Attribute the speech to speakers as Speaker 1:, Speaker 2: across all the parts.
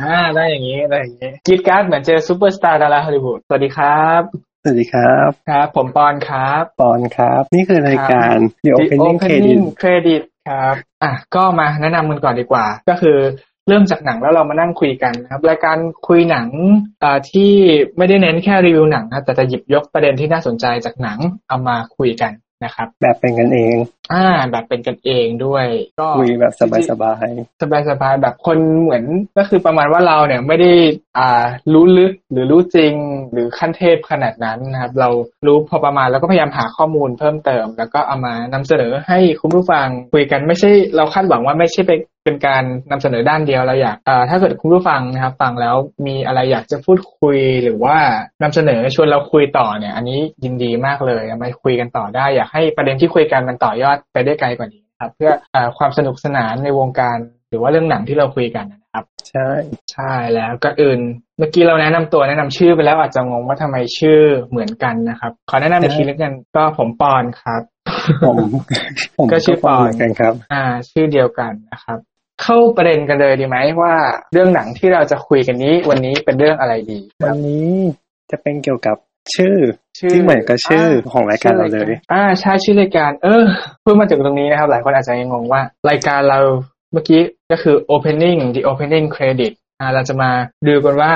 Speaker 1: อ่าได้อย่างนี้ได้อย่างนี้กรีดการ์ดเหมือนเจอซูเปอร์สตาร์ดาราฮอลลีวูดสวัสดีครับ
Speaker 2: สวัสดีครับ
Speaker 1: ครับ ผมปอนครับ
Speaker 2: ปอนครับ นี่คือรายการ The
Speaker 1: The
Speaker 2: Opening Credit
Speaker 1: Credit ครับอ่ะก็มาแนะนำกันก่อนดีกว่า ก็คือเริ่มจากหนังแล้วเรามานั่งคุยกันนะครับรายการคุยหนังอ่าที่ไม่ได้เน้นแค่รีวิวหนังนะแต่จะหยิบยกประเด็นที่น่าสนใจจากหนังเอามาคุยกันนะครับ
Speaker 2: แบบเป็นกันเอง
Speaker 1: อ่าแบบเป็นกันเองด้วย ก็
Speaker 2: คุยแบบสบาย
Speaker 1: สบายๆแบบคนเหมือนก็คือประมาณว่าเราเนี่ยไม่ได้อ่ารู้ลึกหรือรู้จริงหรือขั้นเทพขนาดนั้นนะครับ เรารู้พอประมาณแล้วก็พยายามหาข้อมูลเพิ่มเติม แล้วก็เอามานำเสนอให้คุณผู้ฟังคุยกันไม่ใช่เราคาดหวังว่าไม่ใช่เป็นเป็นการนำเสนอด้านเดียวเราอยากอ่าถ้าเกิดคุณผู้ฟังนะครับ ฟังแล้วมีอะไรอยากจะพูดคุยหรือว่านำเสนอชวนเราคุยต่อเนี่ย อันนี้ยินดีมากเลยมาคุยกันต่อได้ อยากให้ประเด็นที่คุยกันมันต่อยอดไปได้ไกลกว่านี้ ครับเพื่อเออความสนุกสนานในวงการ หรือว่าเรื่องหนังที่เราคุยกันนะครับ
Speaker 2: ๆ ใช่
Speaker 1: ใช่แล้วก็อื่น เมื่อกี้เราแนะนำตัวแนะนำชื่อไปแล้วอาจจะงงว่าทำไมชื่อเหมือนกันนะครับ ขอแนะนำอีกทีแล้วกันก็ผมปอนครับ
Speaker 2: ผมผม
Speaker 1: ก็ชื่อปอน
Speaker 2: เหมือนกันครับ
Speaker 1: อ่า ชื่อเดียวกันนะครับ เข้าประเด็นกันเลยดีไหมว่า เรื่องหนังที่เราจะคุยกันนี้วันนี้เป็นเรื่องอะไรดี
Speaker 2: วันนี้จะเป็นเกี่ยวกับชื่อ
Speaker 1: ชื่
Speaker 2: ที่เหมือนกับชื่อของรายการเราเลย
Speaker 1: อ่าใช่ชื่อรายการ เออพูดมาถึงตรงนี้นะครับ หลายคนอาจจะยังงงว่า รายการเราเมื่อกี้ก็คือ opening the opening credit อ่าเราจะมาดูกันว่า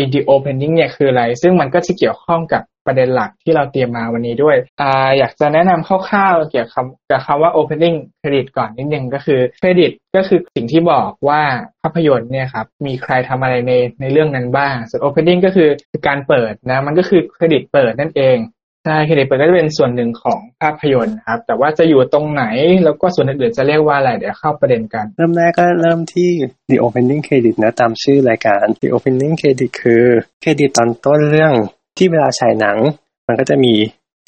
Speaker 1: in the opening เนี่ยคืออะไร ซึ่งมันก็จะเกี่ยวข้องกับประเด็นหลักที่เราเตรียมมาวันนี้ด้วยอ่าอยากจะแนะนำคร่าวๆเกี่ยวกับคำกับคำว่า opening credit ก่อนนิดนึงก็คือ credit ก็คือสิ่งที่บอกว่าภาพยนตร์เนี่ยครับมีใครทำอะไรในในเรื่องนั้นบ้าง ส่วน opening ก็คือการเปิดนะมันก็คือเครดิตเปิดนั่นเอง ใช่เครดิตเปิดก็จะเป็นส่วนหนึ่งของภาพยนตร์นะครับ แต่ว่าจะอยู่ตรงไหนแล้วก็ส่วนอื่นๆจะเรียกว่าอะไรเดี๋ยวเข้าประเด็นกัน
Speaker 2: เริ่มแรกก็เริ่มที่ The Opening Credit นะตามชื่อรายการ The Opening Credit คือเครดิตตอนต้นเรื่องที่เวลาฉายหนัง มันก็จะมี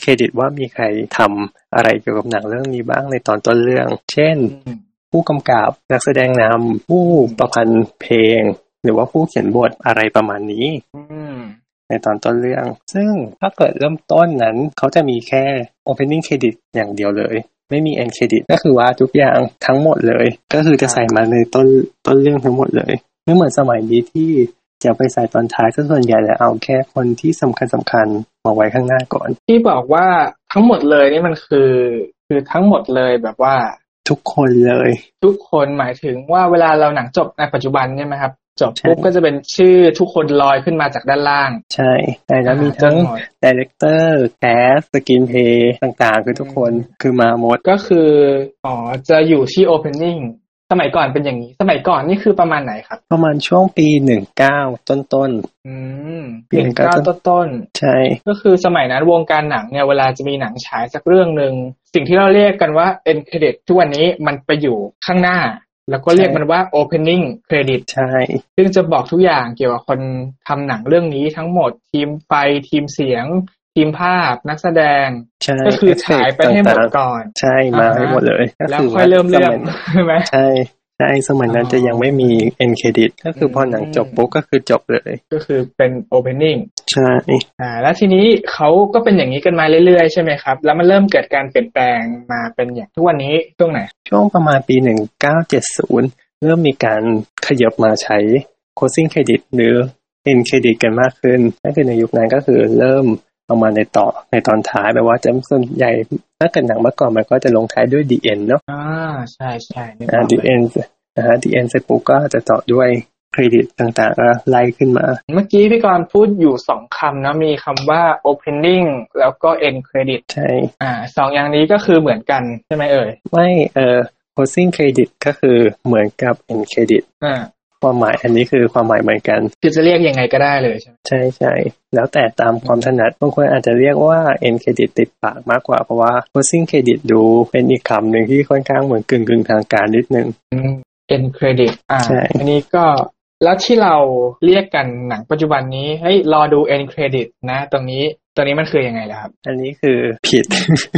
Speaker 2: เครดิตว่ามีใครทำอะไรเกี่ยวกับหนังเรื่องนี้บ้างในตอนต้นเรื่อง เช่น ผู้กำกับนักแสดงนำผู้ประพันธ์เพลง หรือว่าผู้เขียนบทอะไรประมาณนี้
Speaker 1: อืม
Speaker 2: ในตอนต้นเรื่อง ซึ่งถ้าเกิดเริ่มต้นนั้นเขาจะมีแค่ opening credit อย่างเดียวเลย ไม่มี end credit ก็คือว่าทุกอย่างทั้งหมดเลย ก็คือจะใส่มาในต้นต้นเรื่องทั้งหมดเลย ไม่เหมือนสมัยนี้ที่จะไปใส่ตอนท้ายซะส่วนใหญ่แล้วเอาแค่คนที่สำคัญสำคัญมาไว้ข้างหน้าก่อน
Speaker 1: ที่บอกว่าทั้งหมดเลยนี่มันคือ คือทั้งหมดเลยแบบว่า
Speaker 2: ทุกคนเลย
Speaker 1: ทุกคนหมายถึงว่าเวลาเราหนังจบในปัจจุบันใช่ไหมครับ จบปุ๊บ
Speaker 2: ใช่
Speaker 1: ก็จะเป็นชื่อทุกคนลอยขึ้นมาจากด้านล่าง
Speaker 2: ใช่แต่แล้วมี
Speaker 1: จ
Speaker 2: ทั้
Speaker 1: น
Speaker 2: ง
Speaker 1: หมด
Speaker 2: ดีเลกเตอร์แคสสกินเพย์ต่างๆ คือทุกคน
Speaker 1: อืม
Speaker 2: คือมาหมด
Speaker 1: ก็คืออ๋อจะอยู่ที่ opening สมัยก่อนเป็นอย่างนี้ สมัยก่อนนี่คือประมาณไหนครับ
Speaker 2: ประมาณช่วงปี 19 ต้น
Speaker 1: อืม
Speaker 2: เปลี่
Speaker 1: ห
Speaker 2: ย
Speaker 1: นึ่
Speaker 2: น
Speaker 1: ง
Speaker 2: การ
Speaker 1: เก้า
Speaker 2: ต้น
Speaker 1: ต้นๆ
Speaker 2: ๆ ใช่
Speaker 1: ก็คือสมัยนั้นวงการหนังเนี่ยเวลาจะมีหนังฉายสักเรื่องหนึ่งสิ่งที่เราเรียกกันว่า end credit ทุกวันนี้มันไปอยู่ข้างหน้า แล้วก็เรียกมันว่า opening credit
Speaker 2: ใช่
Speaker 1: ซึ่งจะบอกทุกอย่างเกี่ยวกับคนทำหนังเรื่องนี้ทั้งหมดทีมไฟทีมเสียง ทีมภาพนักแสดง
Speaker 2: ใช่
Speaker 1: ก็คือฉายไป
Speaker 2: เอฟ
Speaker 1: ให้
Speaker 2: เฟ
Speaker 1: หม
Speaker 2: ก
Speaker 1: ด
Speaker 2: ต์ต่าง
Speaker 1: ก่อน
Speaker 2: ๆ ใช่มา
Speaker 1: อ่าฮะ
Speaker 2: ให้หมดเลยก็
Speaker 1: แล้ว
Speaker 2: คือ
Speaker 1: ค่อยเริ่มเรื่อง
Speaker 2: สย
Speaker 1: ใช่ไหม
Speaker 2: ใช่ใช่สมัยนั้น
Speaker 1: อ๋อ
Speaker 2: จะยังไม่มีเอ็นเครดิตก็คืออ
Speaker 1: ม
Speaker 2: พอหนังจบปุ๊บก็คือจบเลย
Speaker 1: ก็คือเป็น opening
Speaker 2: ใช่
Speaker 1: อ่าแล้วทีนี้เขาก็เป็นอย่างนี้กันมาเรื่อยๆใช่ไหมครับ แล้วมันเริ่มเกิดการเปลี่ยนแปลงมาเป็นอย่างทุกวันนี้ช่วงไหน
Speaker 2: ช่วงประมาณปี 1970 เริ่มมีการขยับมาใช้ closing credit หรือ end credit กันมากขึ้นนั่นคือในยุคนั้นก็คือเริ่มเอามาในต่อในตอนท้ายแปลว่าจะส่วนใหญ่ถ้าเกิดหนังเมื่อก่อนมันก็จะลงท้ายด้วย the end เนาะ
Speaker 1: อ่าใช่ใช่นึกอ
Speaker 2: อ่า
Speaker 1: อก
Speaker 2: the
Speaker 1: เลย
Speaker 2: end นะฮะ the end เสร็จปุ๊บก็จะต่อด้วยเครดิตต่างๆก็ไล่ขึ้นมา
Speaker 1: เมื่อกี้พี่กรณ์พูดอยู่สองคำนะ มีคำว่า opening แล้วก็ end credit
Speaker 2: ใช่
Speaker 1: อ่าสองอย่างนี้ก็คือเหมือนกันใช่ไหมเอ่ย
Speaker 2: ไม่เอ่อ closing credit ก็คือเหมือนกับ end credit
Speaker 1: อ่า
Speaker 2: ความหมายอันนี้คือความหมายเหมือนกัน
Speaker 1: คือจะเรียกยังไงก็ได้เลยใช่ไหม
Speaker 2: ใช่ใช่แล้วแต่ตามความถนัดบางคนอาจจะเรียกว่า end credit ติดปากมากกว่าเพราะว่า closing credit ดูเป็นอีกคำหนึ่งที่ค่อนข้างเหมือนกึ่งกึ่งๆทางการนิดนึง
Speaker 1: อืม end credit อ่า
Speaker 2: ใช่
Speaker 1: อันนี้ก็แล้วที่เราเรียกกันหนังปัจจุบันนี้เฮ้ยรอดู end credit นะ ตรงนี้ตรงนี้มันคือยังไงล่ะครับ
Speaker 2: อันนี้คือผิด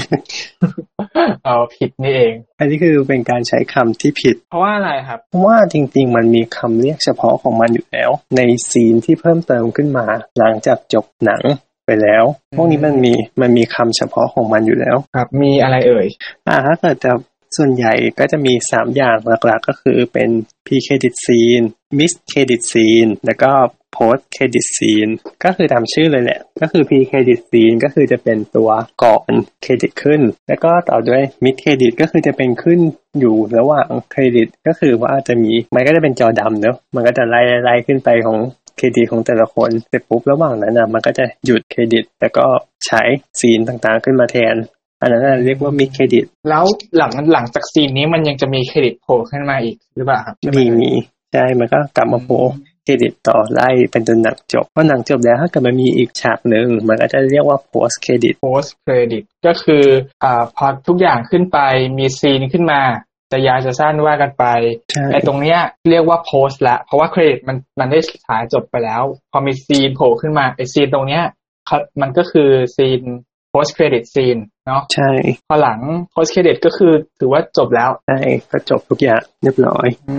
Speaker 1: เอาผิดนี่เอง
Speaker 2: อันนี้คือเป็นการใช้คำที่ผิด
Speaker 1: เพราะว่าอะไรครับ
Speaker 2: เพราะว่าจริงๆ มันมีคำเรียกเฉพาะของมันอยู่แล้ว ในซีนที่เพิ่มเติมขึ้นมา หลังจากจบหนังไปแล้ว พวกนี้มันมีมันมีคำเฉพาะของมันอยู่แล้ว
Speaker 1: ครับมีอะไรเอ่ย
Speaker 2: อ่าถ้าเกิดจะส่วนใหญ่ก็จะมี 3 อย่างหลักๆ ก็คือเป็น pre credit scene มิสเครดิตซีนแล้วก็โพสเครดิตซีนก็คือตามชื่อเลยแหละ ก็คือ p ีเครดิตซีนก็คือจะเป็นตัวก่อนเครดิตขึ้น แล้วก็ต่อด้วยมิดเครดิตก็คือจะเป็นขึ้นอยู่ระหว่างเครดิตก็คือว่าจะมีมันก็จะเป็นจอดำเนอะมันก็จะไล่ไล่ๆขึ้นไปของเครดิตของแต่ละคนเสร็จปุ๊บระหว่างนั้นนะมันก็จะหยุดเครดิต แล้วก็ใช้ซีนต่างๆขึ้นมาแทน อันนั้นนะเรียกว่ามิดเครดิต
Speaker 1: แล้วหลังหลังจากซีนนี้มันยังจะมีเครดิตโผล่ขึ้นมาอีกหรือเปล่าครับใช่ไห
Speaker 2: มีมีใช่ มันก็กลับมาโผล่เครดิตต่อไล่เป็นจนหนังจบพอหนังจบแล้วถ้าเกิดมันมีอีกฉากหนึ่งมันก็จะเรียกว่า post credit
Speaker 1: โพสเครดิตก็คืออ่าพอทุกอย่างขึ้นไปมีซีนขึ้นมาจะยาวจะสั้นว่ากันไป
Speaker 2: ใช่
Speaker 1: ไอ้ตรงเนี้ยเรียกว่าโพสละ เพราะว่าเครดิตมันมันได้ฉายจบไปแล้ว พอมีซีนโผล่ขึ้นมาไอ้ซีนตรงเนี้ยเขามันก็คือซีนโพสเครดิตซีนเนาะ
Speaker 2: ใช่
Speaker 1: พอหลังโพสเครดิตก็คือถือว่าจบแล้ว
Speaker 2: ใช่ก็จบทุกอย่างเรียบร้อย
Speaker 1: อื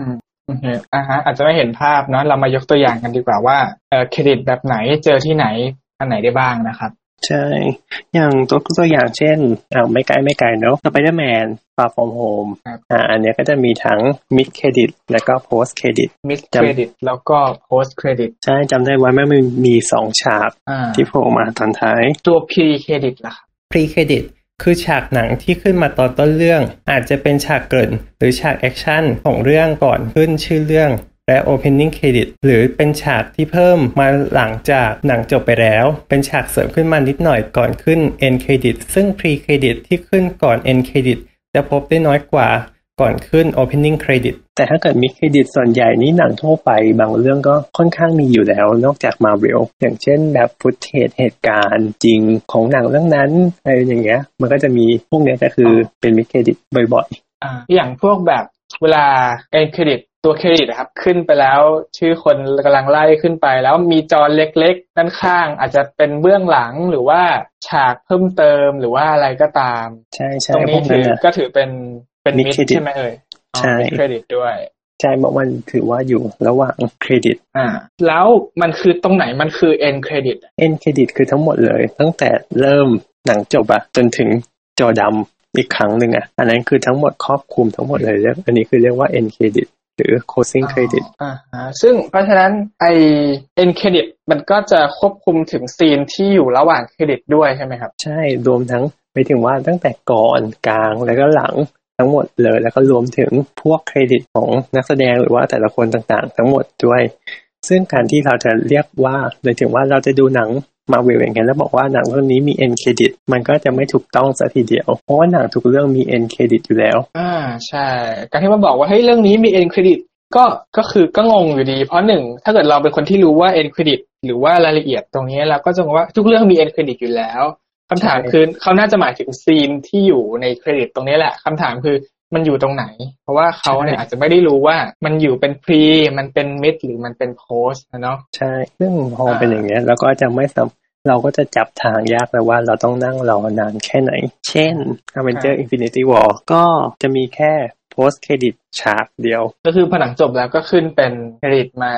Speaker 1: มโอเคอ่าฮะอาจจะไม่เห็นภาพเนาะเรามายกตัวอย่างกันดีกว่าว่าเออเครดิตแบบไหนเจอที่ไหนอันไหนได้บ้างนะครับ
Speaker 2: ใช่ อย่างตัวตัวอย่างเช่นอ่าไม่ไกลไม่ไกลเนาะ Spider-Man Far From Home
Speaker 1: ครับ
Speaker 2: อ่าอันเนี้ยก็จะมีทั้ง mid credit แล้วก็ post credit
Speaker 1: มิสเครดิตแล้วก็โพสเครดิต
Speaker 2: ใช่จำได้ว่ามันมีสองฉาก
Speaker 1: อ่า
Speaker 2: ที่โผล่มาตอนท้าย
Speaker 1: ตัว pre เครดิตล่ะครับ
Speaker 2: pre credit คือฉากหนังที่ขึ้นมาตอนต้นเรื่อง อาจจะเป็นฉากเกริ่น หรือฉากแอคชั่นของเรื่องก่อนขึ้นชื่อเรื่อง และ opening credit หรือเป็นฉากที่เพิ่มมาหลังจากหนังจบไปแล้ว เป็นฉากเสริมขึ้นมานิดหน่อยก่อนขึ้น end credit ซึ่ง pre credit ที่ขึ้นก่อน end credit จะพบได้น้อยกว่าก่อนขึ้น opening credit แต่ถ้าเกิดมิดเครดิตส่วนใหญ่นี่หนังทั่วไปบางเรื่องก็ค่อนข้างมีอยู่แล้ว นอกจากมาเวลอย่างเช่นแบบฟุตเทจเหตุการณ์จริงของหนังเรื่องนั้นอะไรอย่างเงี้ย มันก็จะมีพวกเนี้ยก็คือเป็นมิดเครดิตบ่อย
Speaker 1: อ่าอย่างพวกแบบเวลาไอ้เครดิตตัวเครดิตนะครับ ขึ้นไปแล้วชื่อคนกำลังไล่ขึ้นไป แล้วมีจอเล็กๆ ด้านข้าง อาจจะเป็นเบื้องหลังหรือว่าฉากเพิ่มเติมหรือว่าอะไรก็ตาม
Speaker 2: ๆ ใช่ใช่
Speaker 1: ตรง
Speaker 2: พ
Speaker 1: นี้
Speaker 2: วก
Speaker 1: ถื
Speaker 2: นั้น
Speaker 1: อ
Speaker 2: นะ
Speaker 1: ก็ถือเป็นเป็นมิด
Speaker 2: Mid-credit
Speaker 1: ใช่ไหมเอ่ย
Speaker 2: ใช่
Speaker 1: เครดิตด้วย
Speaker 2: ใช่บอกมันถือว่าอยู่ระหว่างเครดิต
Speaker 1: อ่า แล้วมันคือตรงไหนมันคือ end credit อะ
Speaker 2: end credit คือทั้งหมดเลย ตั้งแต่เริ่มหนังจบอะจนถึงจอดำอีกครั้งหนึ่งอะอันนั้นคือทั้งหมดครอบคลุมทั้งหมดเลยเรียกอันนี้คือเรียกว่า end credit หรือ closing credit
Speaker 1: อ่าฮะซึ่งเพราะฉะนั้นไอ end credit มันก็จะควบคุมถึงซีนที่อยู่ระหว่างเครดิตด้วยใช่ไหมครับ
Speaker 2: ใช่รวมทั้งไปถึงว่าตั้งแต่ก่อนกลางแล้วก็หลังทั้งหมดเลย แล้วก็รวมถึงพวกเครดิตของนักแสดงหรือว่าแต่ละคนต่างๆ ทั้งหมดด้วย ซึ่งการที่เราจะเรียกว่าหมายถึงว่าเราจะดูหนังมาเวลอย่างเงี้ยแล้วบอกว่าหนังเรื่องนี้มี end credit มันก็จะไม่ถูกต้องซะทีเดียว เพราะว่าหนังทุกเรื่องมี end credit อยู่แล้ว
Speaker 1: อ่าใช่ การที่มาบอกว่าเฮ้ยเรื่องนี้มี end credit ก็ก็คือก็งงอยู่ดี เพราะหนึ่งถ้าเกิดเราเป็นคนที่รู้ว่า end credit หรือว่ารายละเอียดตรงนี้เราก็จะงงว่าทุกเรื่องมี end credit อยู่แล้วคำถาม
Speaker 2: ใช่
Speaker 1: คือเขาน่าจะหมายถึงซีนที่อยู่ในเครดิตตรงนี้แหละคำถามคือมันอยู่ตรงไหน เพราะว่าเขาเนี่ยอาจจะไม่ได้รู้ว่ามันอยู่เป็น pre มันเป็น mid หรือมันเป็น post นะเนาะ
Speaker 2: ใช่ซึ่งพอ
Speaker 1: อ่า
Speaker 2: เป็นอย่างเงี้ยเราก็จะไม่สามเราก็จะจับทางยากแล้วว่าเราต้องนั่งรอนานแค่ไหน เช่น Avenger Infinity War ก็จะมีแค่ post credit ฉากเดียว
Speaker 1: ก็คือผนังจบแล้วก็ขึ้นเป็นเครดิตมา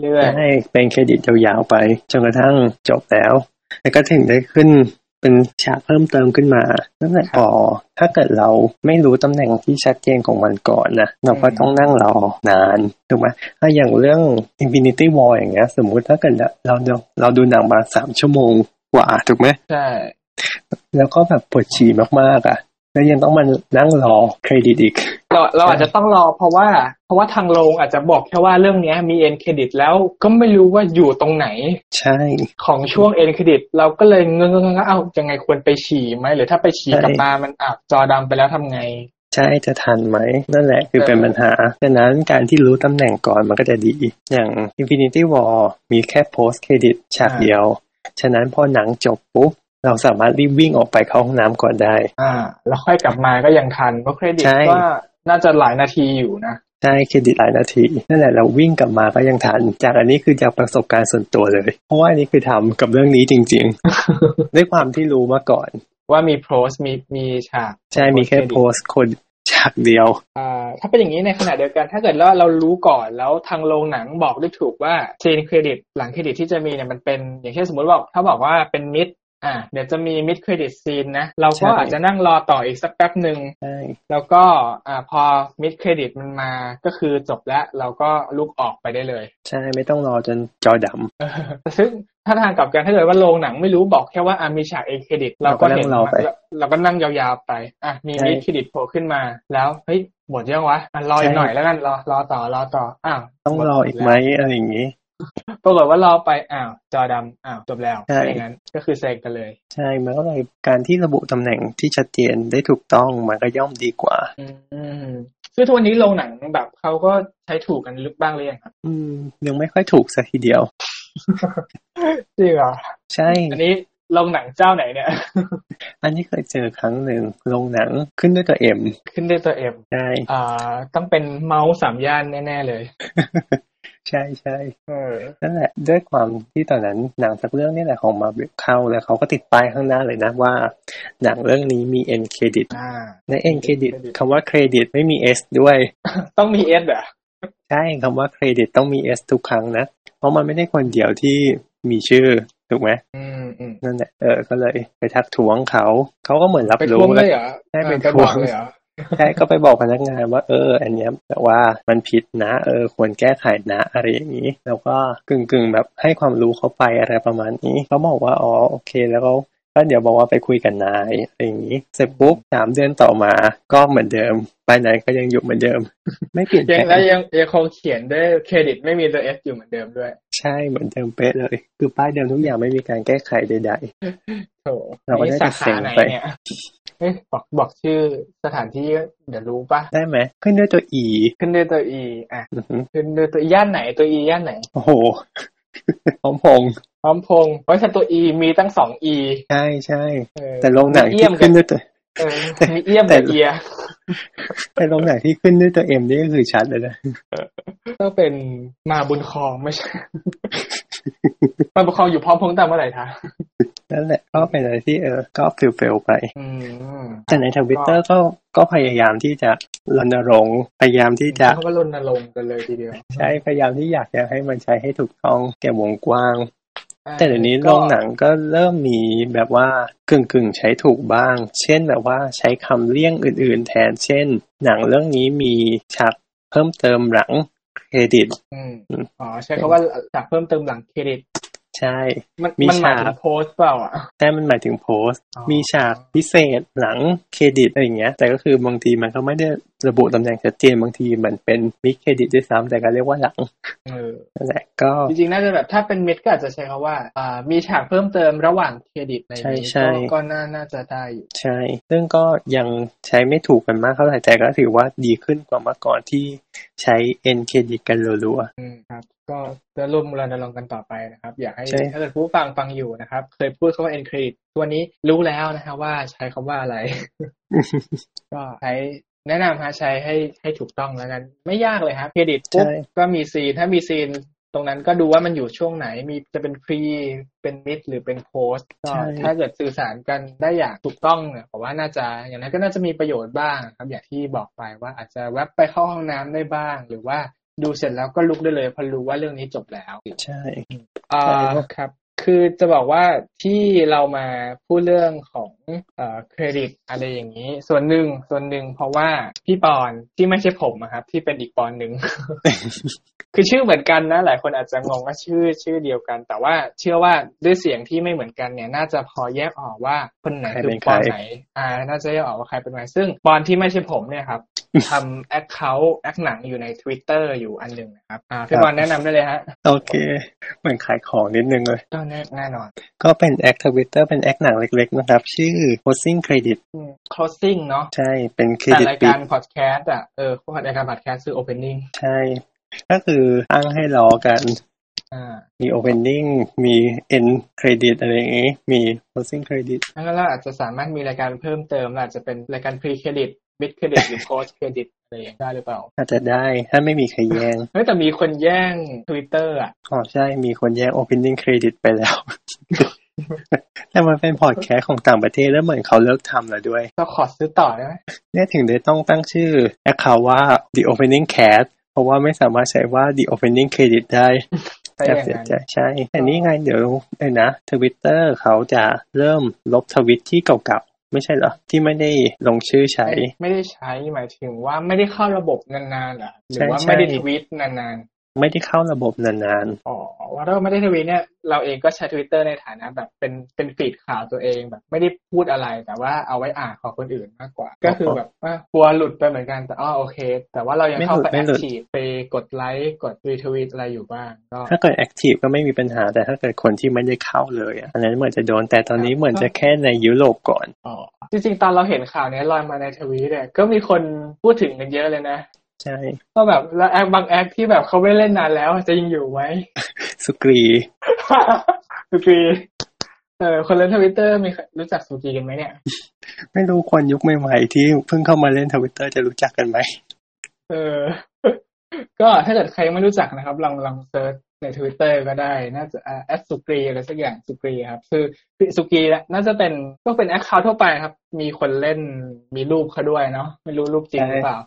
Speaker 1: เรื่อย
Speaker 2: ให้เป็นเครดิตยาวๆไป จนกระทั่งจบแล้ว แล้วก็ถึงได้ขึ้นเป็นฉากเพิ่มเติมขึ้นมาตั้งแต่พอถ้าเกิดเราไม่รู้ตำแหน่งที่ชัดเจนของมันก่อนนะเราก็ต้องนั่งรอนานถูกไหมถ้าอย่างเรื่อง Infinity War อย่างเงี้ย สมมุติถ้าเกิดเราเราเราดูหนังมาสามชั่วโมงกว่าถูกไหม
Speaker 1: ๆ ใช่
Speaker 2: แล้วก็แบบปวดฉี่มากๆอ่ะ แล้วยังต้องมานั่งรอเครดิตอีก
Speaker 1: เราเราอาจจะต้องรอเพราะว่า เพราะว่าทางโรงอาจจะบอกแค่ว่าเรื่องเนี้ยมีเอ็นเครดิตแล้วก็ไม่รู้ว่าอยู่ตรงไหน
Speaker 2: ใช่
Speaker 1: ของช่วงเอ็นเครดิตเราก็เลยเงงๆๆเอายังไงควรไปฉี่ไหมหรือถ้าไปฉี่กลับมามันอับจอดำไปแล้วทำไง
Speaker 2: ใช่จะทันไหม นั่นแหละคือ
Speaker 1: เออ
Speaker 2: เป็นปัญหาดังนั้นการที่รู้ตำแหน่งก่อนมันก็จะดี อย่าง Infinity War มีแค่ post credit ฉากเดียว ฉะนั้นพอหนังจบปุ๊บ เราสามารถรีบวิ่งออกไปเข้าห้องน้ำก่อนได้
Speaker 1: อ่า แล้วค่อยกลับมาก็ยังทันเพราะเครดิต
Speaker 2: ใช่
Speaker 1: ก็น่าจะหลายนาทีอยู่นะ
Speaker 2: ใช่เครดิตหลายนาที นั่นแหละเราวิ่งกลับมาก็ยังทัน จากอันนี้คือจากประสบการณ์ส่วนตัวเลย เพราะว่าอันนี้คือทำกับเรื่องนี้จริง ๆ ด้วยความที่รู้มาก่อน
Speaker 1: ว่ามีโพสมีมีฉาก
Speaker 2: ใช่มีแค่
Speaker 1: Post credit
Speaker 2: post คนฉากเดียว
Speaker 1: อ่าถ้าเป็นอย่างนี้ในขณะเดียวกัน ถ้าเกิดว่าเรารู้ก่อนแล้วทางโรงหนังบอกได้ถูกว่าซีนเครดิตหลังเครดิตที่จะมีเนี่ยมันเป็น อย่างเช่นสมมติว่าถ้าบอกว่าเป็นมิด อ่าเดี๋ยวจะมี mid credit scene นะ เราก็อาจจะนั่งรอต่ออีกสักแป๊บหนึ่ง
Speaker 2: ใช่
Speaker 1: แล้วก็อ่าพอ mid credit มันมาก็คือจบแล้วเราก็ลุกออกไปได้เลย
Speaker 2: ใช่ไม่ต้องรอจนจอด
Speaker 1: เออซึ่งถ้าทางกลับกันถ้าเกิดว่าโรงหนังไม่รู้บอกแค่ว่าอ่ะมีฉากเอเครดิต เราก็เห็นเราเราก็นั่งยาวๆไปอ่ะมีมีเครดิตโผล่ขึ้นมาแล้วเฮ้ยหมดยังวะอ่ะรออีกหน่อยแล้วกันรอรอต่อรอต่ออ้าว
Speaker 2: ำต้องรออีกไหมอะไรอย่างนี้
Speaker 1: ปรากฏว่ารอไปอ้าวจอดำอ้าวจบแล้ว
Speaker 2: ใช่
Speaker 1: ไม่งั้นก็คือเซ็งกันเลย
Speaker 2: ใช่มันก็เลยการที่ระบุตำแหน่งที่ชัดเจนได้ถูกต้องมันก็ย่อมดีกว่า
Speaker 1: อืมซึ่งทุกวันนี้โรงหนังแบบเขาก็ใช้ถูกกันลึกบ้างหรือยังครับ
Speaker 2: อืม ยังไม่ค่อยถูกสักทีเดียว
Speaker 1: จริงเหรอ
Speaker 2: ใช่
Speaker 1: อันนี้โรงหนังเจ้าไหนเนี่ย
Speaker 2: อันนี้เคยเจอครั้งหนึ่งโรงหนังขึ้นด้วยตัวเอ็ม
Speaker 1: ขึ้นด้วยตัวเอ็ม
Speaker 2: ใช่
Speaker 1: อ่าต้องเป็นเมาส์สามย่านแน่ๆเลย
Speaker 2: ใช่ใช่
Speaker 1: เออ
Speaker 2: นั่นแหละด้วยความที่ตอนนั้นหนังสักเรื่องนี่แหละของมาเบลเข้าแล้วเขาก็ติดป้ายข้างหน้าเลยนะว่า หนังเรื่องนี้มี end credit
Speaker 1: อ่า
Speaker 2: ใน end credit
Speaker 1: credit
Speaker 2: คำว่าเครดิตไม่มี s ด้วย
Speaker 1: ต้องมีเอสเหรอ
Speaker 2: ใช่คำว่าเครดิตต้องมี s ทุกครั้งนะ เพราะมันไม่ได้คนเดียวที่มีชื่อ ถูกไหม
Speaker 1: อืมอืม
Speaker 2: นั่นแหละเออก็เลยไปทักท้วงเขา เขาก็เหมือนรับ
Speaker 1: ไปท
Speaker 2: รู้
Speaker 1: วงเล
Speaker 2: แล้ว
Speaker 1: ยเหรอ
Speaker 2: ได้ไป
Speaker 1: ออ
Speaker 2: ทว
Speaker 1: บ
Speaker 2: ง
Speaker 1: อกเลยเหรอ
Speaker 2: ใช่ก็ไปบอกพนักงานว่าเออ อันเนี้ยแต่ว่ามันผิดนะ เออ ควรแก้ไขนะอะไรอย่างนี้ แล้วก็กึ่งกึ่งๆแบบให้ความรู้เขาไปอะไรประมาณนี้เขาบอกว่าอ๋อโอเค แล้วก็ก็เดี๋ยวบอกว่าไปคุยกับนายอะไรอย่างนี้ เสร็จปุ๊บสามเดือนต่อมาก็เหมือนเดิม ไปไหนก็ยังอยู่เหมือนเดิม ไม่เปลี่ยนแป
Speaker 1: ยัง
Speaker 2: ลง
Speaker 1: แล้วยังยังคงเขียนด้วยเครดิตไม่มีตัวเอสอยู่เหมือนเดิมด้วย
Speaker 2: ใช่เหมือนเดิมเป๊ะเลย คือป้ายเดิมทุกอย่างไม่มีการแก้ไขใด
Speaker 1: โถ่
Speaker 2: เราก็ได้
Speaker 1: นี่
Speaker 2: แต่
Speaker 1: สา
Speaker 2: เซ็
Speaker 1: ขาง ไหน
Speaker 2: ไป
Speaker 1: เนี่ยเอ้ยบอกบอกชื่อสถานที่เดี๋ยวรู้ปะ
Speaker 2: ๆ ได้ไหมขึ้นด้วยตัว e
Speaker 1: ขึ้นด้วยตัวอีอ่ะ
Speaker 2: อือหือ
Speaker 1: ขึ้นด้วยตัวย่านไหนตัวอีย่านไหน
Speaker 2: โอ้โห พร้อมพงษ์
Speaker 1: พร้อมพงษ์เพราะฉะนั้นตัวอีมีตั้งสองอี
Speaker 2: ใช่ใช่
Speaker 1: เออ
Speaker 2: แต่โรงหนัง
Speaker 1: มีเอี่
Speaker 2: ที่
Speaker 1: ยมกั
Speaker 2: ขึ้
Speaker 1: บ
Speaker 2: นด้วยตัว
Speaker 1: เออมีเอี่ยม
Speaker 2: แต่
Speaker 1: แต่เอีย
Speaker 2: แต่โรงหนังที่ขึ้นด้วยตัวเอ็มนี่ก็คือชัดเลยนะ
Speaker 1: ต้องเป็นมาบุญครองไม่ใช่ มาบุญครองอยู่พร้อมพงษ์ตั้งเมื่อไหร่คะ
Speaker 2: นั่นแหละก็เป็นอะไรที่เออก็ฟิลเฟลไป
Speaker 1: อืม
Speaker 2: แต่ในทวิตเตอร์ก็ก็พยายามที่จะรณรงค์พยายามที่จะ
Speaker 1: เขาก็รณรงค์กันเลยทีเดียว
Speaker 2: ใช้พยายามที่อยากจะให้มันใช้ให้ถูกต้องแก่วงกว้าง
Speaker 1: อ่า
Speaker 2: แต่เดี๋ยวนี้โร
Speaker 1: ก็
Speaker 2: งหนังก็เริ่มมีแบบว่ากึ่งกึ่งๆใช้ถูกบ้าง เช่นแบบว่าใช้คำเลี่ยงอื่น ๆ แทน เช่น หนังเรื่องนี้มีฉากเพิ่มเติมหลังเครดิต
Speaker 1: อืมอ๋อใช้คำว่าจากเพิ่มเติมหลังเครดิต
Speaker 2: ใช่
Speaker 1: มัน
Speaker 2: มี
Speaker 1: มันหมาย
Speaker 2: ฉาก
Speaker 1: ถึงโพสต์เปล่าอ่ะ
Speaker 2: แต่มันหมายถึงโพสต์
Speaker 1: อ๋อ
Speaker 2: มีฉากพิเศษหลังเครดิตอะไรอย่างเงี้ย แต่ก็คือบางทีมันก็ไม่ได้ระบุตำแหน่งชัดเจนบางทีมันเป็นมิดเครดิตด้วยซ้ำแต่ก็เรียกว่าหลัง
Speaker 1: เออ
Speaker 2: นั่นแหละก็
Speaker 1: จริงๆน่าจะแบบถ้าเป็นเม็ดก็อาจจะใช้คำว่าอ่า มีฉากเพิ่มเติมระหว่างเครดิตในนี้ก็ก็น่าน่าจะได้อยู่
Speaker 2: ใช่ ซึ่งก็ยังใช้ไม่ถูกกันมากเท่าไหร่แต่ก็ถือว่าดีขึ้นกว่าเมื่อก่อนที่ใช้เอ็นเครดิตกันรัว
Speaker 1: อืมครับ ก็จะร่วมรณรงค์กันต่อไปนะครับ อยากให้
Speaker 2: ใช่
Speaker 1: ถ้าเกิดผู้ฟังฟังอยู่นะครับ เคยพูดคำว่า end credit ตัวนี้รู้แล้วนะฮะว่าใช้คำว่า อะไร
Speaker 2: ๆ
Speaker 1: ก็ใช้แนะนำฮะใช้ให้ให้ถูกต้องแล้วกัน ไม่ยากเลยครับเครดิตปุ๊บ
Speaker 2: ใช่
Speaker 1: ก็มีซีน ถ้ามีซีนตรงนั้นก็ดูว่ามันอยู่ช่วงไหนมีจะเป็นพรีเป็นมิดหรือเป็นโพสก็ถ้าเกิดสื่อสารกันได้อย่างถูกต้องเนี่ยผมว่าน่าจะอย่างนั้นก็น่าจะมีประโยชน์บ้างครับ อย่างที่บอกไปว่าอาจจะแวบไปเข้าห้องน้ำได้บ้าง หรือว่าดูเสร็จแล้วก็ลุกได้เลยเพราะรู้ว่าเรื่องนี้จบแล้ว
Speaker 2: ใช่
Speaker 1: อ่า
Speaker 2: ใช่ครับ
Speaker 1: ครับ คือจะบอกว่าที่เรามาพูดเรื่องของเอ่อเครดิตอะไรอย่างนี้ ส่วนหนึ่งส่วนหนึ่งเพราะว่าพี่ปอนที่ไม่ใช่ผมอะครับ ที่เป็นอีกปอนหนึ่ง คือชื่อเหมือนกันนะ หลายคนอาจจะงงว่าชื่อชื่อเดียวกัน แต่ว่าเชื่อว่าด้วยเสียงที่ไม่เหมือนกันเนี่ย น่าจะพอแยกออกว่าคนไหน
Speaker 2: ใคร
Speaker 1: คื
Speaker 2: เป็
Speaker 1: อน ปอน
Speaker 2: ใคร
Speaker 1: ไหน อ่า น่าจะแยกออกว่าใครเป็นใครซึ่งปอนที่ไม่ใช่ผมเนี่ยครับ ทำแอคเคาท์แอคหนังอยู่ใน Twitter อยู่อันหนึ่งนะครับอ่าพี่ปอนแนะนำได้เลยฮะ
Speaker 2: โอเคเหมือนขายของนิดนึงเลย
Speaker 1: ก็แน่แน่นอน
Speaker 2: ก็เป็นแอคทวิตเตอร์เป็นแอคหนังเล็กๆนะครับ ชื่อ posting credit
Speaker 1: อืม closing เนาะ
Speaker 2: ใช่เป็นเคร
Speaker 1: แต่
Speaker 2: ดิต
Speaker 1: ราย
Speaker 2: ปิ
Speaker 1: กา
Speaker 2: ด
Speaker 1: ร podcast อ่ะเออพวกรายการ podcast คือ opening
Speaker 2: ใช่ ก็คืออ้างให้ล้อกัน
Speaker 1: อ่า
Speaker 2: มี opening มี end credit อะไรอย่างงี้ มี closing credit
Speaker 1: งั้นเราอาจจะสามารถมีรายการเพิ่มเติมเราอาจจะเป็นรายการ pre credit mid credit หรือ post credit อะไรอย่างนี้ได้หรือเปล่า
Speaker 2: อาจจะได้ถ้าไม่มีใครแย่ง
Speaker 1: เฮ้ยแต่มีคนแย่ง Twitter อ่ะ
Speaker 2: อ๋อใช่ มีคนแย่ง opening credit ไปแล้ว แต่มันเป็นพอดแคสต์ของต่างประเทศแล้วเหมือนเขาเลิกทำแล้วด้วย
Speaker 1: เราขอซื้อต่อได้ไหม
Speaker 2: เนี่ยถึงได้ต้องตั้งชื่อ account ว่า the opening cast เพราะว่าไม่สามารถใช้ว่า the opening credit ได้
Speaker 1: ซะอย่
Speaker 2: อา
Speaker 1: ย่าง
Speaker 2: เสีย
Speaker 1: นั้น
Speaker 2: ใจใช่ แต่นี่ไงเดี๋ยวเดี๋ยวนะทวิตเตอร์เขาจะเริ่มลบทวิตที่เก่าๆ ไม่ใช่เหรอ ที่ไม่ได้ลงชื่อใช้
Speaker 1: ไม่ไม่ได้ใช้หมายถึงว่าไม่ได้เข้าระบบนานๆเหรอหรื
Speaker 2: ใช่
Speaker 1: อว่า
Speaker 2: ใช่
Speaker 1: ไม่ได้ทวีตนาน
Speaker 2: ไม่ได้เข้าระบบนาน
Speaker 1: ๆอ๋อว่าเราไม่ได้ทวีตเนี่ยเราเองก็ใช้ทวิตเตอร์ในฐานะแบบเป็นเป็นฟีดข่าวตัวเองแบบ ไม่ได้พูดอะไรแต่ว่าเอาไว้อ่านของคนอื่นมากกว่า ก็คือแบบว่ากลัวหลุดไปเหมือนกันแต่อ้อโอเค แต่ว่าเรายังเข้าไปแอคทีฟไปกดไลค์กดรีทวีตอะไรอยู่บ้างก็
Speaker 2: ๆ ถ้าเกิดแอคทีฟก็ไม่มีปัญหา แต่ถ้าเกิดคนที่ไม่ได้เข้าเลยอะอันนั้นเหมือนจะโดน แต่ตอนนี้เหมือนจะแค่ในยุโรปก่อน
Speaker 1: อ๋อจริงๆ ตอนเราเห็นข่าวเนี้ยลอยมาในทวีตเนี่ยก็มีคนพูดถึงกันเยอะเลยนะ
Speaker 2: ใช่
Speaker 1: ก็แบบแล้วแอคบางแอคที่แบบเขาไม่เล่นนานแล้วจะยังอยู่ไหม
Speaker 2: สุกรี
Speaker 1: สุกีเออคนเล่นทวิตเตอร์มีใครรู้จักสุกีกันไหมเนี่ย
Speaker 2: ไม่รู้คนยุคใหม่ๆที่เพิ่งเข้ามาเล่นทวิตเตอร์จะรู้จักกันไหม
Speaker 1: เออ ก็ถ้าเกิดใครไม่รู้จักนะครับ ลองลองเซิร์ชในทวิตเตอร์ก็ได้ น่าจะแอดสุกีอะไรสักอย่างสุกีครับ คือสุกีน่าจะเป็นก็เป็นแอคเคาท์ทั่วไปครับ มีคนเล่นมีรูปเขาด้วยเนาะไม่รู้รูปจริงหรือเปล่า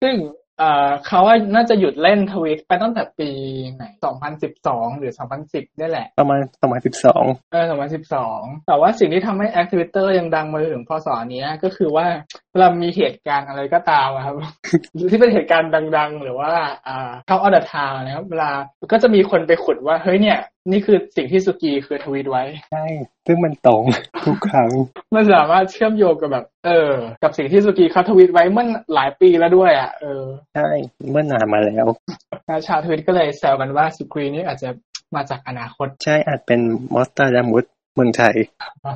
Speaker 1: ซึ่งเอ่อเขาว่าน่าจะหยุดเล่นทวิตไปตั้งแต่ปีไหน 2012 หรือ 2010นี่แหละ
Speaker 2: ประมาณประมาณสิบสอง
Speaker 1: เออ2012 แต่ว่าสิ่งที่ทำให้แอคทวิตเตอร์ยังดังมาถึงพศเนี้ย ก็คือว่าเรามีเหตุการณ์อะไรก็ตามอะครับ ที่เป็นเหตุการณ์ดัง ๆ หรือว่าอ่าเข้าออเดอร์ทาวนะครับเวลาก็จะมีคนไปขุดว่า เฮ้ยเนี่ย นี่คือสิ่งที่สุกีคือทวีตไว้
Speaker 2: ใช่ซึ่งมันตรง ทุกครั้ง
Speaker 1: มันสามารถเชื่อมโยงกับแบบ เออ กับสิ่งที่สุกีเขาทวีตไว้เมื่อหลายปีแล้วด้วยอ่ะเออ
Speaker 2: ใช่เมื่อนานมาแล้ว
Speaker 1: นะชาวทวิตก็เลยแซวกันว่าสุกีนี่อาจจะมาจากอนาคต
Speaker 2: ใช่อาจเป็นมอสตาดามุสเมืองไทย